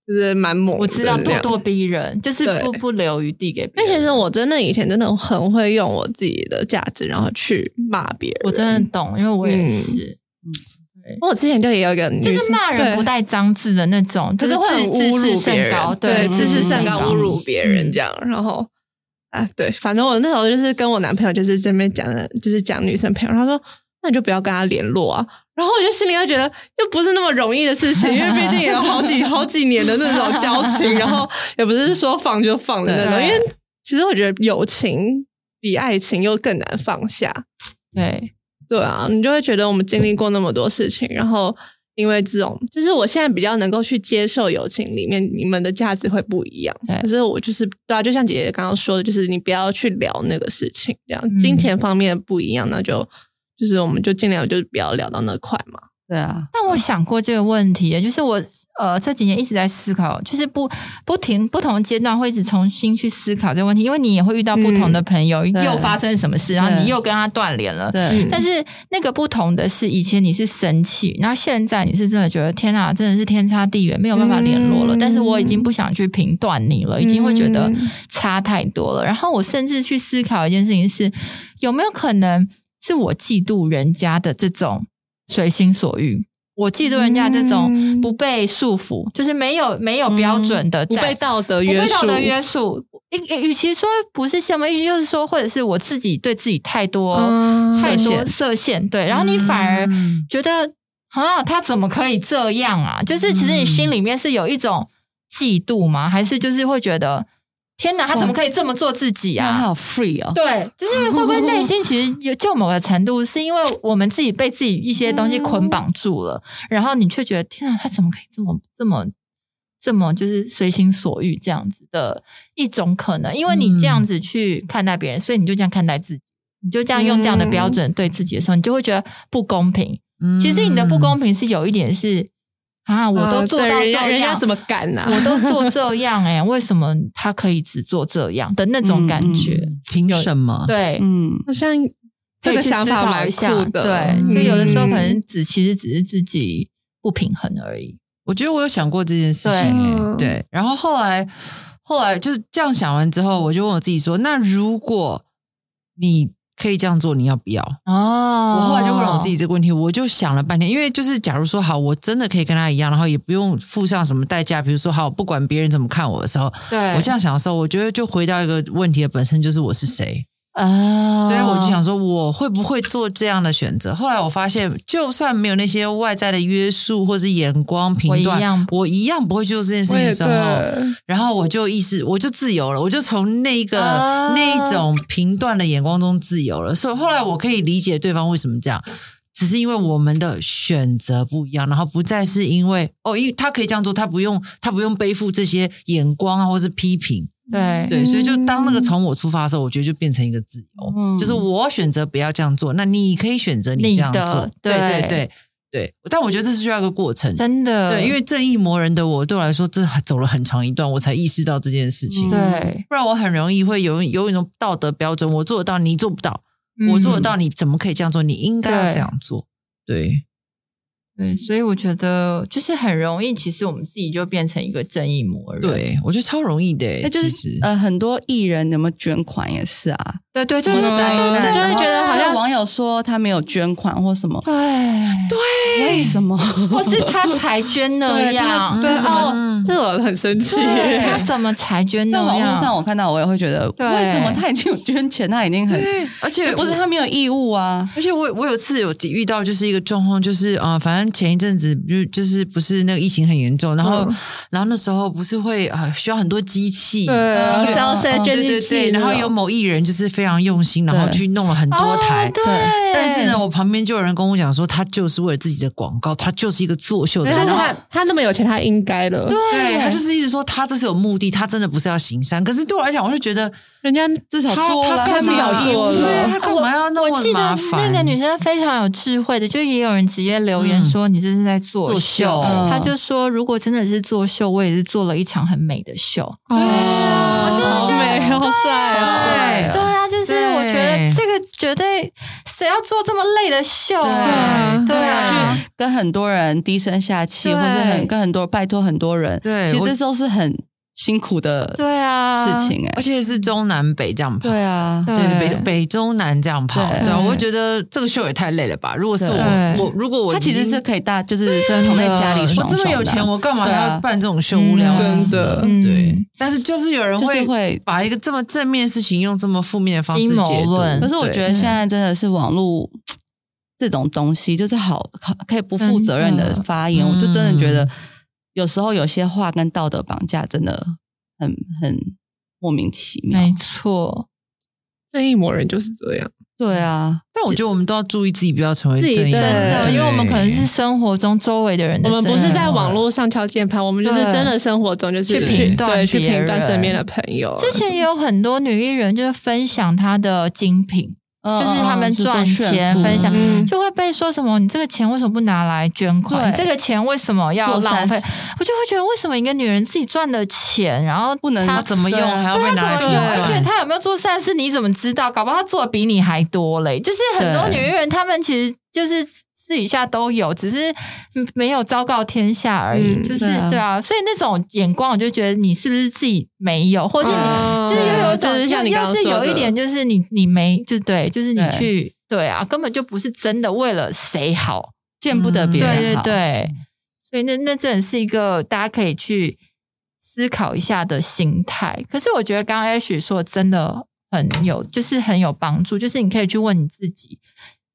Speaker 1: 就是蛮猛的
Speaker 2: 我知道
Speaker 1: 那
Speaker 2: 咄
Speaker 1: 样
Speaker 2: 咄逼人，就是
Speaker 1: 对
Speaker 2: 不不留余地给别
Speaker 1: 那其
Speaker 2: 人。
Speaker 1: 实我真的以前真的很会用我自己的价值，然后去骂别人。
Speaker 2: 我真的懂，因为我也
Speaker 1: 嗯
Speaker 2: 是，
Speaker 1: 我之前就也有一个
Speaker 2: 就
Speaker 1: 女
Speaker 2: 是
Speaker 1: 生
Speaker 2: 骂人不
Speaker 1: 嗯对
Speaker 2: 带脏字的那种，
Speaker 1: 可
Speaker 2: 是
Speaker 1: 是会很
Speaker 2: 自
Speaker 1: 侮
Speaker 2: 自视
Speaker 1: 辱别
Speaker 2: 甚高，
Speaker 1: 人，对，自视甚高，
Speaker 2: 嗯
Speaker 1: 侮辱别人
Speaker 2: 嗯
Speaker 1: 这样，然后。啊，对，反正我那时候就是跟我男朋友就是这边讲的，就是讲女生朋友，他说那你就不要跟他联络啊。然后我就心里要觉得，又不是那么容易的事情，因为毕竟也有好几好几年的那种交情，然后也不是说放就放的那种。
Speaker 2: 对
Speaker 1: 因为其实我觉得友情比爱情又更难放下，
Speaker 2: 对，
Speaker 1: 对啊，你就会觉得我们经历过那么多事情，然后因为这种，就是我现在比较能够去接受友情里面你们的价值会不一样
Speaker 2: 对。
Speaker 1: 可是我就是对啊，就像姐姐刚刚说的，就是你不要去聊那个事情，这样、
Speaker 2: 嗯
Speaker 1: 金钱方面不一样，那就就是我们就尽量就不要聊到那块嘛。
Speaker 4: 对啊，
Speaker 2: 但我想过这个问题，就是我呃这几年一直在思考，就是不不停不同阶段会一直重新去思考这个问题，因为你也会遇到不同的
Speaker 1: 嗯
Speaker 2: 朋友，
Speaker 4: 对
Speaker 2: 又发生什么事，然后
Speaker 4: 对
Speaker 2: 你又跟他断联了。
Speaker 1: 嗯
Speaker 4: 对，
Speaker 2: 但是那个不同的是，以前你是生气，那现在你是真的觉得天啊，真的是天差地远，没有办法联络了。
Speaker 1: 嗯
Speaker 2: 但是我已经不想去评断你了，已经会觉得
Speaker 1: 嗯
Speaker 2: 差太多了。然后我甚至去思考一件事情是，有没有可能是我嫉妒人家的这种随心所欲。我嫉妒人家这种
Speaker 1: 嗯
Speaker 2: 不被束缚，就是没有没有标准的
Speaker 1: 不
Speaker 2: 在
Speaker 1: 被道德
Speaker 2: 不
Speaker 1: 约
Speaker 2: 被
Speaker 1: 束，
Speaker 2: 道德约束。哦与与其说不是羡慕，与其就是说，或者是我自己对自己太多、
Speaker 1: 嗯
Speaker 2: 太
Speaker 1: 设
Speaker 2: 多
Speaker 1: 限
Speaker 2: 设限，对，然后你反而
Speaker 3: 嗯
Speaker 2: 觉得、啊，他怎么可以这样啊？就是其实你心里面是有一种嫉妒吗？还是就是会觉得天哪，他怎么可以这么做自己
Speaker 4: 那他
Speaker 2: 啊？
Speaker 4: 好 free 哦，
Speaker 2: 对，就是会不会内心其实有就某个程度，是因为我们自己被自己一些东西捆绑住了，然后你却觉得天啊，他怎么可以这么这么这么就是随心所欲
Speaker 1: 嗯
Speaker 2: 这样子的一种可能？因为你这样子去看待别人，所以你就这样看待自己。你就这样用这样的标准对自己的时候，你就会觉得不公平。
Speaker 3: 嗯
Speaker 2: 其实你的不公平是有一点是啊，我都做到
Speaker 1: 呃对人
Speaker 2: 这
Speaker 1: 家
Speaker 2: 样，
Speaker 1: 人家怎么敢呢、
Speaker 2: 我都做这样哎、为什么他可以只做这样的那
Speaker 1: 嗯
Speaker 2: 种感觉？
Speaker 3: 凭什么？
Speaker 2: 对，
Speaker 4: 嗯，
Speaker 1: 好像
Speaker 2: 可
Speaker 1: 这
Speaker 2: 以
Speaker 1: 个
Speaker 2: 去
Speaker 1: 想
Speaker 2: 思
Speaker 1: 法
Speaker 2: 考
Speaker 1: 蛮
Speaker 2: 一下。
Speaker 1: 酷的，
Speaker 2: 对，就有的时候可
Speaker 1: 嗯
Speaker 2: 能只其实只是自己不平衡而已。
Speaker 3: 我觉得我有想过这件事情、欸，
Speaker 1: 对
Speaker 3: 对。然后后来，后来就是这样想完之后，我就问我自己说：那如果你可以这样做，你要不要？
Speaker 2: 哦
Speaker 3: 我后来就问了我自己，这个问题，我就想了半天，因为就是假如说好，我真的可以跟他一样，然后也不用付上什么代价，比如说好，不管别人怎么看我的时候，
Speaker 2: 对，
Speaker 3: 我这样想的时候，我觉得就回到一个问题的本身，就是我是谁。
Speaker 2: 啊，
Speaker 3: 所以我就想说，我会不会做这样的选择？后来我发现，就算没有那些外在的约束或是眼光评
Speaker 2: 我一
Speaker 3: 断
Speaker 2: 样，
Speaker 3: 我一样不会去做这件事
Speaker 1: 我
Speaker 3: 情
Speaker 1: 也
Speaker 3: 的时候，
Speaker 1: 对，
Speaker 3: 然后我就意识，我就自由了，我就从那一个、
Speaker 2: 啊
Speaker 3: 那一种评断的眼光中自由了。所以后来我可以理解对方为什么这样，只是因为我们的选择不一样，然后不再是因为哦，因为他可以这样做，他不用他不用背负这些眼光啊，或是批评。
Speaker 2: 对
Speaker 3: 对，
Speaker 1: 嗯
Speaker 3: 所以就当那个从我出发的时候，我觉得就变成一个自由，
Speaker 4: 嗯
Speaker 3: 就是我选择不要这样做，那你可以选择你这样
Speaker 2: 你
Speaker 3: 做
Speaker 2: 的。
Speaker 3: 对
Speaker 2: 对
Speaker 3: 对对对，但我觉得这是需要一个过程。
Speaker 2: 真的
Speaker 3: 对，因为正义魔人的我，对我来说，这走了很长一段，我才意识到这件事情。
Speaker 4: 嗯
Speaker 2: 对
Speaker 3: 不然我很容易会有有一种道德标准，我做得到，你做不到；嗯我做得到，你怎么可以这样做？你应该要
Speaker 2: 对
Speaker 3: 这样做。对，
Speaker 2: 嗯对，所以我觉得就是很容易，其实我们自己就变成一个正义魔人。
Speaker 3: 对，我觉得超容易的欸。
Speaker 4: 那就
Speaker 3: 其
Speaker 4: 是
Speaker 3: 实
Speaker 4: 呃，很多艺人有没有捐款也是啊，
Speaker 2: 对对对
Speaker 4: 什
Speaker 2: 对
Speaker 4: 么
Speaker 2: 对
Speaker 4: 灾
Speaker 2: 嗯对，
Speaker 4: 难
Speaker 2: 就会觉得好
Speaker 4: 然后
Speaker 2: 像
Speaker 4: 网友说他没有捐款或什么，
Speaker 2: 对对，
Speaker 4: 为什么？
Speaker 2: 或是他才捐那样，
Speaker 1: 对
Speaker 4: 怎么
Speaker 1: 哦，这我很生气。
Speaker 2: 嗯对他怎么才捐那
Speaker 4: 在网
Speaker 2: 样？
Speaker 4: 络上我看到，我也会觉得，
Speaker 2: 对
Speaker 4: 为什么他已经有捐钱，他已经很，
Speaker 3: 对，而且
Speaker 4: 不是他没有义务啊，
Speaker 3: 而且我我有次有遇到就是一个状况，就是呃，反正前一阵子就就是不是那个疫情很严重，然后、
Speaker 1: 嗯
Speaker 3: 然后那时候不是会啊、呃需要很多机器，
Speaker 1: 哦
Speaker 3: 哦
Speaker 1: 对，烧
Speaker 4: 嗯
Speaker 1: 身
Speaker 4: 嗯
Speaker 1: 捐
Speaker 3: 对
Speaker 1: 进
Speaker 3: 对
Speaker 1: 去
Speaker 3: 对，
Speaker 1: 那种，
Speaker 3: 然后有某艺人就是非常用心，然后
Speaker 4: 对
Speaker 3: 去弄了很多台。
Speaker 2: 哦对，
Speaker 3: 但是呢，，我旁边就有人跟我讲说，他就是为了自己的广告，他就是一个作秀的
Speaker 1: 但
Speaker 3: 人，
Speaker 1: 是
Speaker 3: 然后
Speaker 1: 他他那么有钱，他应该了。
Speaker 3: 对他就是一直说他这是有目的，他真的不是要行善。可是对我来讲，我就觉得
Speaker 1: 人家
Speaker 4: 至少
Speaker 3: 他
Speaker 4: 做了，
Speaker 3: 他干
Speaker 4: 没
Speaker 3: 嘛
Speaker 1: 他
Speaker 4: 有义务
Speaker 1: 做了
Speaker 3: 对啊他干嘛要那
Speaker 2: 我
Speaker 3: 么
Speaker 2: 记
Speaker 3: 麻
Speaker 2: 得
Speaker 3: 烦？嗯
Speaker 2: 那个女生非常有智慧的，就也有人直接留言说：“你这是在作
Speaker 3: 作秀
Speaker 2: 秀。
Speaker 4: 嗯
Speaker 2: 她就说：“如果真的是作秀，我也是做了一场很美的秀。
Speaker 1: 对
Speaker 4: 啊我真的
Speaker 1: 好
Speaker 4: 觉得
Speaker 1: 美，好帅
Speaker 4: 好帅
Speaker 1: 啊！
Speaker 4: 啊
Speaker 2: 对啊，就是
Speaker 3: 对
Speaker 2: 我觉得这个绝对谁要做这么累的秀啊？对
Speaker 3: 对
Speaker 4: 对啊，
Speaker 2: 啊，
Speaker 4: 去跟很多人低声下气，
Speaker 2: 对
Speaker 4: 或者很跟很多拜托很多人，
Speaker 3: 对
Speaker 4: 其实
Speaker 3: 我
Speaker 4: 这都是很辛苦的
Speaker 2: 对啊，
Speaker 4: 事情哎
Speaker 3: 而，且是中南北这样跑。
Speaker 4: 对啊，
Speaker 2: 对
Speaker 3: 对北北中南这样跑，
Speaker 4: 对
Speaker 3: 对啊，
Speaker 2: 对
Speaker 3: 我会觉得这个秀也太累了吧。如果是我，
Speaker 2: 对
Speaker 3: 我如果我
Speaker 4: 他其实是可以大，就是
Speaker 2: 真的
Speaker 4: 躺在家里
Speaker 3: 我
Speaker 4: 爽爽
Speaker 3: 这么有
Speaker 4: 的啊
Speaker 3: 钱，我干嘛
Speaker 4: 对啊
Speaker 3: 还要办这种秀？无聊
Speaker 1: 真
Speaker 3: 死
Speaker 1: 的
Speaker 3: 了
Speaker 2: 嗯
Speaker 3: 对。但是就是有人
Speaker 4: 就是
Speaker 3: 会
Speaker 4: 会
Speaker 3: 把一个这么正面的事情用这么负面的方式
Speaker 2: 阴谋
Speaker 3: 解读，
Speaker 2: 论
Speaker 4: 可是我
Speaker 3: 对
Speaker 4: 觉得现在真的是网络这种东西，就是好可可以不负责任的发言，
Speaker 3: 真的
Speaker 4: 我就真的觉得
Speaker 3: 嗯
Speaker 4: 有时候有些话跟道德绑架真的很很莫名其妙。
Speaker 2: 没错，
Speaker 1: 正义魔人就是这样，
Speaker 4: 对啊，
Speaker 3: 但我觉得我们都要注意自己，不要成为
Speaker 1: 自己
Speaker 3: 正义
Speaker 1: 对
Speaker 3: 的
Speaker 1: 真
Speaker 3: 人
Speaker 1: 的
Speaker 2: 对，因为我们可能是生活中周围的人的
Speaker 1: 我
Speaker 2: 生活，
Speaker 1: 们不是在网络上敲键盘，我们就是
Speaker 2: 对
Speaker 1: 真的生活中就是
Speaker 2: 去
Speaker 1: 去
Speaker 2: 评断
Speaker 1: 对去
Speaker 2: 别
Speaker 1: 评断
Speaker 2: 人
Speaker 1: 身边的朋友啊。
Speaker 2: 之前也有很多女艺人就是分享她的精品，
Speaker 4: 嗯就
Speaker 2: 就是他们赚钱分享
Speaker 1: 嗯，
Speaker 2: 就会被说什么你这个钱为什么不拿来捐款？
Speaker 4: 对
Speaker 2: 你这个钱为什么要
Speaker 4: 做
Speaker 2: 浪
Speaker 4: 善
Speaker 2: 费
Speaker 4: 事？
Speaker 2: 我就会觉得为什么一个女人自己赚的钱，然后
Speaker 4: 不能
Speaker 2: 她
Speaker 3: 他怎么用
Speaker 4: 对
Speaker 3: 还要
Speaker 2: 对
Speaker 3: 被
Speaker 2: 她
Speaker 3: 拿来
Speaker 2: 怎
Speaker 3: 评
Speaker 2: 么用？而且
Speaker 3: 论，
Speaker 2: 她有没有做善事，你怎么知道？搞不好她做的比你还多嘞。就是很多
Speaker 4: 对
Speaker 2: 女艺人，她们其实就是。私底下都有，只是没有昭告天下而已。
Speaker 1: 嗯
Speaker 2: 就是
Speaker 4: 对啊
Speaker 2: 对啊，所以那种眼光，我就觉得你是不是自己没有，或者你
Speaker 1: 嗯
Speaker 2: 就是又有一种
Speaker 1: 就是像你刚
Speaker 2: 要
Speaker 1: 刚
Speaker 2: 是
Speaker 1: 说
Speaker 2: 有
Speaker 1: 的
Speaker 2: 一点，就是你你没就对，就是你
Speaker 4: 对
Speaker 2: 去对啊，根本就不是真的为了谁好，
Speaker 4: 见不得
Speaker 2: 嗯
Speaker 4: 别
Speaker 2: 对
Speaker 4: 人
Speaker 2: 对
Speaker 4: 好，嗯
Speaker 2: 对，所以那那真的是一个大家可以去思考一下的心态。可是我觉得刚刚 Ash 说的真的很有，就是很有帮助，就是你可以去问你自己，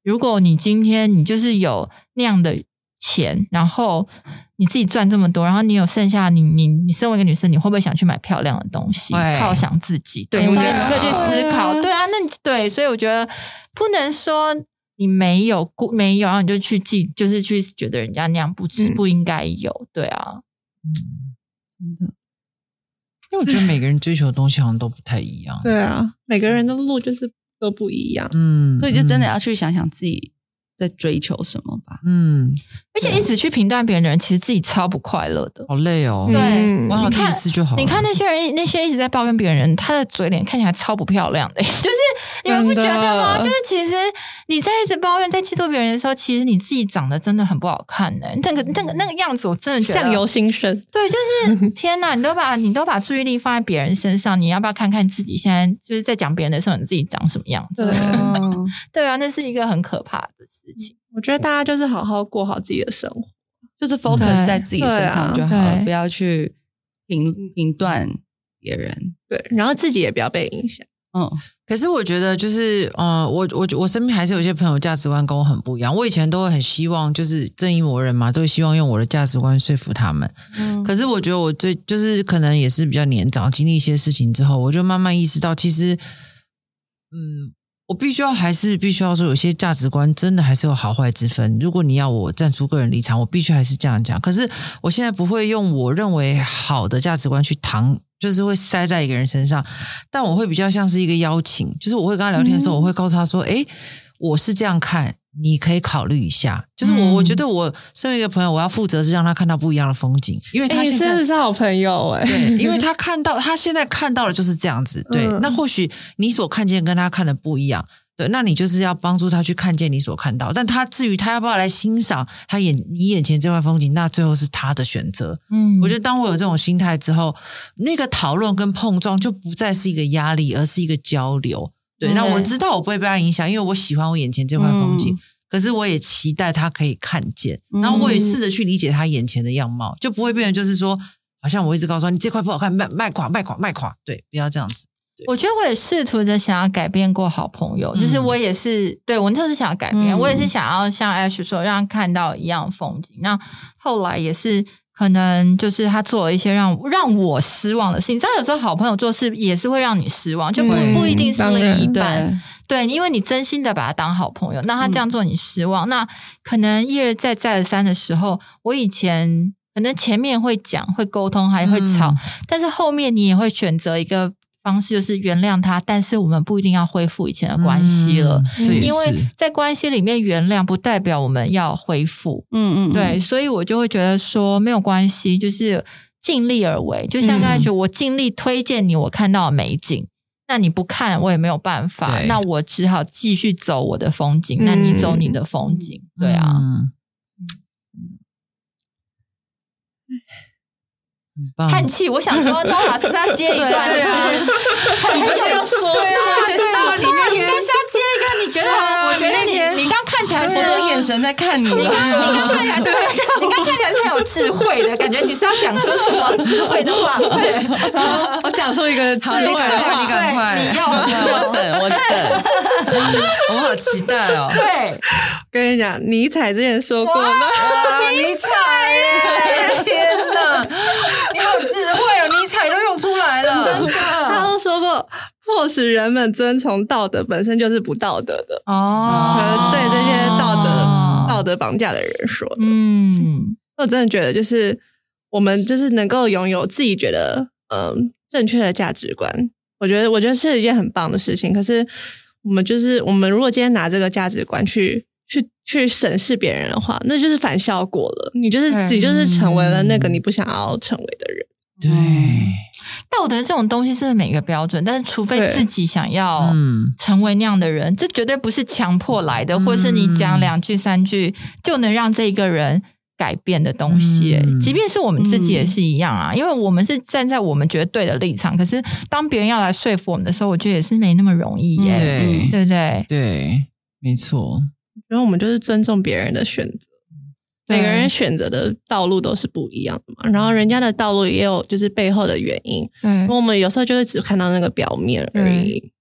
Speaker 2: 如果你今天你就是有那样的钱，然后你自己赚这么多，然后你有剩下，你你你身为一个女生，你会不会想去买漂亮的东西，
Speaker 3: 会
Speaker 2: 犒赏自己？对，
Speaker 3: 当
Speaker 2: 我
Speaker 3: 然
Speaker 2: 觉得你可以去思考。
Speaker 1: 哦
Speaker 4: 会啊
Speaker 2: 对啊，那你对，所以我觉得不能说你没有过没有，然后你就去记，就是去觉得人家那样不值、
Speaker 1: 嗯
Speaker 2: 不应该有。对啊，
Speaker 4: 真的
Speaker 3: 因为我觉得每个人追求的东西好像都不太一样。
Speaker 1: 对啊，每个人的路就是都不一样。
Speaker 3: 嗯，
Speaker 4: 所以就真的要去想想自己在追求什么吧。
Speaker 3: 嗯，
Speaker 2: 而且一直去评断别人的人，其实自己超不快乐的。
Speaker 3: 好累哦，
Speaker 2: 对
Speaker 1: 嗯
Speaker 3: 玩好
Speaker 2: 你
Speaker 3: 自己
Speaker 2: 看
Speaker 3: 吃就好了。
Speaker 2: 你看那些人，那些一直在抱怨别人的人，他的嘴脸看起来超不漂亮的， 就是你们不觉 得吗？
Speaker 1: 真的
Speaker 2: 就是其实你在一直抱怨、在嫉妒别人的时候，其实你自己长得真的很不好看呢、那个、那个、那个样子，我真的觉得
Speaker 1: 相由心生，
Speaker 2: 对，就是天哪！你都把你都把注意力放在别人身上，你要不要看看自己现在就是在讲别人的时候，你自己长什么样子？
Speaker 1: 对
Speaker 4: 嗯，
Speaker 2: 对啊，那是一个很可怕的事情。
Speaker 1: 我觉得大家就是好好过好自己的生活。
Speaker 4: 就是 focus 在自己身上就好
Speaker 2: 对
Speaker 4: 了，不要去评评断别人。
Speaker 1: 对，然后自己也不要被影响。
Speaker 4: 嗯，
Speaker 3: 可是我觉得就是，呃，我我我身边还是有一些朋友价值观跟我很不一样。我以前都会很希望就是正义魔人嘛，都会希望用我的价值观说服他们。
Speaker 4: 嗯
Speaker 3: 可是我觉得我最就是可能也是比较年长，经历一些事情之后，我就慢慢意识到，其实，嗯，我必须要还是必须要说，有些价值观真的还是有好坏之分。如果你要我站出个人立场，我必须还是这样讲。可是我现在不会用我认为好的价值观去搪，就是会塞在一个人身上，但我会比较像是一个邀请，就是我会跟他聊天的时候，我会告诉他说：“诶，我是这样看。”你可以考虑一下，就是我，
Speaker 2: 嗯
Speaker 3: 我觉得我身为一个朋友，我要负责是让他看到不一样的风景，因为
Speaker 1: 哎、
Speaker 3: 他
Speaker 1: 你
Speaker 3: 现
Speaker 1: 真
Speaker 3: 在
Speaker 1: 的是好朋友 哎、
Speaker 3: 对，因为他看到他现在看到的就是这样子，对。
Speaker 1: 嗯
Speaker 3: 那或许你所看见跟他看的不一样，对。那你就是要帮助他去看见你所看到，但他至于他要不要来欣赏他眼你眼前这块风景，那最后是他的选择。
Speaker 2: 嗯
Speaker 3: 我觉得当我有这种心态之后，那个讨论跟碰撞就不再是一个压力，而是一个交流。对，
Speaker 2: 嗯
Speaker 3: 那我知道我不会被他影响，因为我喜欢我眼前这块风景。
Speaker 4: 嗯
Speaker 3: 可是我也期待他可以看见，
Speaker 4: 嗯
Speaker 3: 然后我也试着去理解他眼前的样貌，就不会变成就是说，好像我一直告诉他你这块不好看，卖卖垮卖垮卖垮，对，不要这样子。
Speaker 2: 我觉得我也试图着想要改变过好朋友，就是
Speaker 3: 嗯
Speaker 2: 我也是对我那时候是想要改变，
Speaker 3: 嗯
Speaker 2: 我也是想要像 Ash 说，让他看到一样的风景。那后来也是可能就是他做了一些让让我失望的事情。你知道，有时候好朋友做事也是会让你失望，就不
Speaker 4: 嗯
Speaker 2: 不一定是
Speaker 1: 当
Speaker 2: 另
Speaker 1: 然
Speaker 2: 一
Speaker 4: 对，
Speaker 2: 半。对，因为你真心的把他当好朋友，那他这
Speaker 3: 嗯
Speaker 2: 样做你失望，那可能一而再再而三的时候，我以前可能前面会讲会沟通还会吵，
Speaker 3: 嗯
Speaker 2: 但是后面你也会选择一个方式，就是原谅他，但是我们不一定要恢复以前的关系了，
Speaker 3: 嗯这也
Speaker 2: 因为
Speaker 3: 是。
Speaker 2: 在关系里面原谅不代表我们要恢复，
Speaker 4: 嗯嗯，嗯
Speaker 2: 对，，所以我就会觉得说没有关系，就是尽力而为。就像刚才说，我尽力推荐你我看到的美景，那你不看我也没有办法，
Speaker 3: 对
Speaker 2: 那我只好继续走我的风景，那你走你的风景，对啊。嗯
Speaker 3: 嗯，很棒
Speaker 2: 叹气，我想说，刀老师他接一段，
Speaker 4: 对啊
Speaker 2: 就是很
Speaker 1: 不是要说
Speaker 2: 对啊，
Speaker 1: 说一些
Speaker 2: 对
Speaker 1: 字
Speaker 2: 啊，你那应该是要接一个，你觉得？我觉得
Speaker 4: 你啊那
Speaker 2: 你你刚看起来是
Speaker 4: 我的眼神在看你，
Speaker 2: 啊
Speaker 4: 啊
Speaker 2: 你刚看起来是，你刚看起来是很有智慧的感觉，你是要讲出什么智慧的话？对，
Speaker 1: 我讲出一个智
Speaker 3: 你
Speaker 1: 慧
Speaker 3: 赶
Speaker 1: 的
Speaker 3: 快，
Speaker 1: 话
Speaker 3: 你赶快，
Speaker 2: 对你要我
Speaker 3: 我等，我等，我好期待哦！
Speaker 2: 对，
Speaker 1: 跟你讲，尼采之前说过
Speaker 2: 哇
Speaker 1: 的，
Speaker 3: 哇，尼采耶！天哪，你好智慧哦，尼采都用出来了。
Speaker 1: 他都说过，迫使人们遵从道德本身就是不道德的，可
Speaker 2: 哦
Speaker 1: 能对这些道德、道德绑架的人说的。
Speaker 2: 嗯，
Speaker 1: 我真的觉得，就是我们就是能够拥有自己觉得嗯、正确的价值观，我觉得我觉得是一件很棒的事情。可是我们就是我们如果今天拿这个价值观去去去审视别人的话，那就是反效果了。你就是
Speaker 2: 对嗯
Speaker 1: 你就是成为了那个你不想要成为的人。
Speaker 3: 对，
Speaker 2: 道德这种东西是每个标准，但是除非
Speaker 1: 对
Speaker 2: 自己想要。
Speaker 3: 嗯，
Speaker 2: 成为那样的人，这绝对不是强迫来的，或者是你讲两句三句就能让这一个人改变的东西。
Speaker 3: 嗯
Speaker 2: 即便是我们自己也是一样啊，因为我们是站在我们觉得对的立场，可是当别人要来说服我们的时候，我觉得也是没那么容
Speaker 4: 嗯
Speaker 2: 易耶，
Speaker 3: 嗯对
Speaker 2: 对不对？
Speaker 3: 对，没错。
Speaker 1: 然后我们就是尊重别人的选择，
Speaker 2: 对
Speaker 1: 每个人选择的道路都是不一样的嘛。然后人家的道路也有就是背后的原因，
Speaker 2: 对
Speaker 1: 我们有时候就会只看到那个表面而已。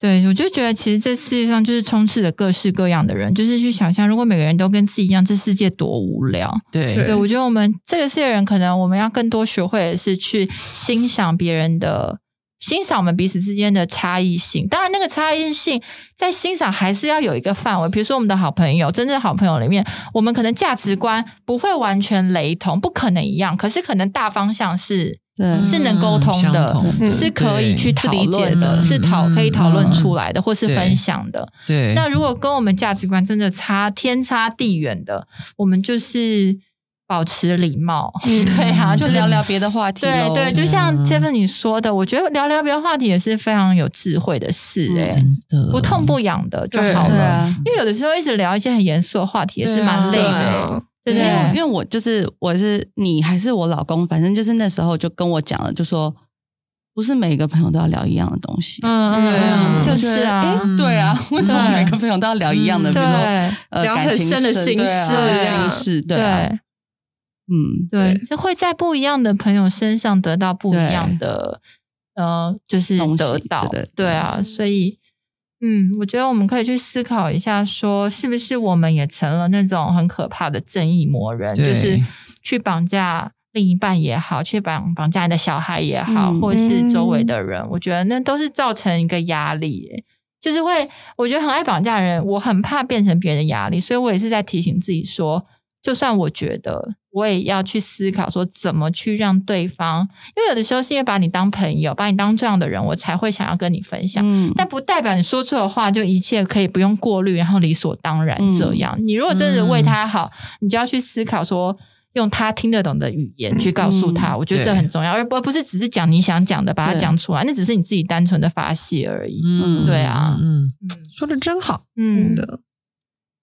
Speaker 2: 对，我就觉得其实这世界上就是充斥着各式各样的人，就是去想象，如果每个人都跟自己一样，这世界多无聊。
Speaker 3: 对
Speaker 1: 对
Speaker 2: 对，我觉得我们这个世界人，可能我们要更多学会的是去欣赏别人的，欣赏我们彼此之间的差异性。当然，那个差异性在欣赏还是要有一个范围。比如说，我们的好朋友，真正的好朋友里面，我们可能价值观不会完全雷同，不可能一样，可是可能大方向是
Speaker 3: 啊
Speaker 4: 对
Speaker 2: 是能沟通的
Speaker 3: 相同
Speaker 1: 嗯
Speaker 2: 是可以去讨
Speaker 4: 理解
Speaker 2: 论的，
Speaker 4: 的
Speaker 2: 是讨可以讨论
Speaker 3: 嗯
Speaker 2: 出来的，或是
Speaker 3: 对
Speaker 2: 分享的。
Speaker 3: 对。
Speaker 2: 那如果跟我们价值观真的差天差地远的，我们就是保持礼貌。
Speaker 4: 嗯
Speaker 2: 对啊，
Speaker 4: 就是聊聊别的话题
Speaker 2: 对
Speaker 4: 咯
Speaker 2: 对，就
Speaker 4: 嗯
Speaker 2: 像 Tiffany 你说的，我觉得聊聊别的话题也是非常有智慧的事、
Speaker 4: 嗯
Speaker 2: 欸，
Speaker 3: 真的
Speaker 2: 不痛不痒的就好
Speaker 4: 对
Speaker 2: 了。
Speaker 4: 啊。
Speaker 2: 因为有的时候一直聊一些很严肃的话题也是
Speaker 3: 对啊
Speaker 2: 蛮累
Speaker 1: 对
Speaker 2: 的、
Speaker 1: 啊
Speaker 2: 欸，对不
Speaker 4: 因啊为因
Speaker 2: 对？
Speaker 4: 为我就是我是你还是我老公，反正就是那时候就跟我讲了，就说不是每个朋友都要聊一样的东西。
Speaker 2: 嗯嗯
Speaker 3: 对啊
Speaker 2: 嗯，就
Speaker 4: 我觉
Speaker 2: 是
Speaker 4: 得
Speaker 2: 啊，嗯
Speaker 4: 诶对啊，为什么每个朋友都要聊一样的？比如说
Speaker 2: 对
Speaker 4: 呃，
Speaker 1: 聊
Speaker 4: 感
Speaker 1: 很
Speaker 4: 情
Speaker 1: 深的心
Speaker 4: 对啊
Speaker 1: 事
Speaker 2: 啊
Speaker 4: 心事，对啊，
Speaker 2: 对
Speaker 4: 嗯，
Speaker 2: 对，就会在不一样的朋友身上得到不一样的，呃，就是
Speaker 4: 东西
Speaker 2: 得到，
Speaker 4: 对对
Speaker 2: 啊，所以，嗯，我觉得我们可以去思考一下说，是不是我们也成了那种很可怕的正义魔人，就
Speaker 3: 对
Speaker 2: 是去绑架另一半也好，去绑绑架你的小孩也好，
Speaker 4: 嗯
Speaker 2: 或者是周围的人，我觉得那都是造成一个压力耶。就是会，我觉得很爱绑架人，我很怕变成别人的压力，所以我也是在提醒自己说，就算我觉得，我也要去思考说怎么去让对方，因为有的时候是因为把你当朋友，把你当这样的人，我才会想要跟你分享。
Speaker 4: 嗯，
Speaker 2: 但不代表你说出的话就一切可以不用过滤，然后理所当然这样。你如果真的为他好，你就要去思考说。用他听得懂的语言去告诉他，我觉得这
Speaker 3: 对
Speaker 2: 很重要，而不不是只是讲你想讲的，把它
Speaker 4: 对
Speaker 2: 讲出来，那只是你自己单纯的发泄而已。
Speaker 3: 嗯
Speaker 2: 对啊
Speaker 3: 嗯，
Speaker 1: 说的真好，嗯
Speaker 2: 嗯，
Speaker 1: 的，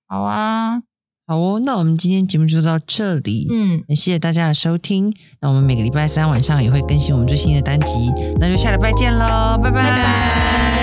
Speaker 2: 好啊，
Speaker 3: 好哦，那我们今天节目就到这里，
Speaker 2: 嗯，
Speaker 3: 也谢谢大家的收听。那我们每个礼拜三晚上也会更新我们最新的单集，那就下礼拜见喽，拜拜
Speaker 2: 拜拜。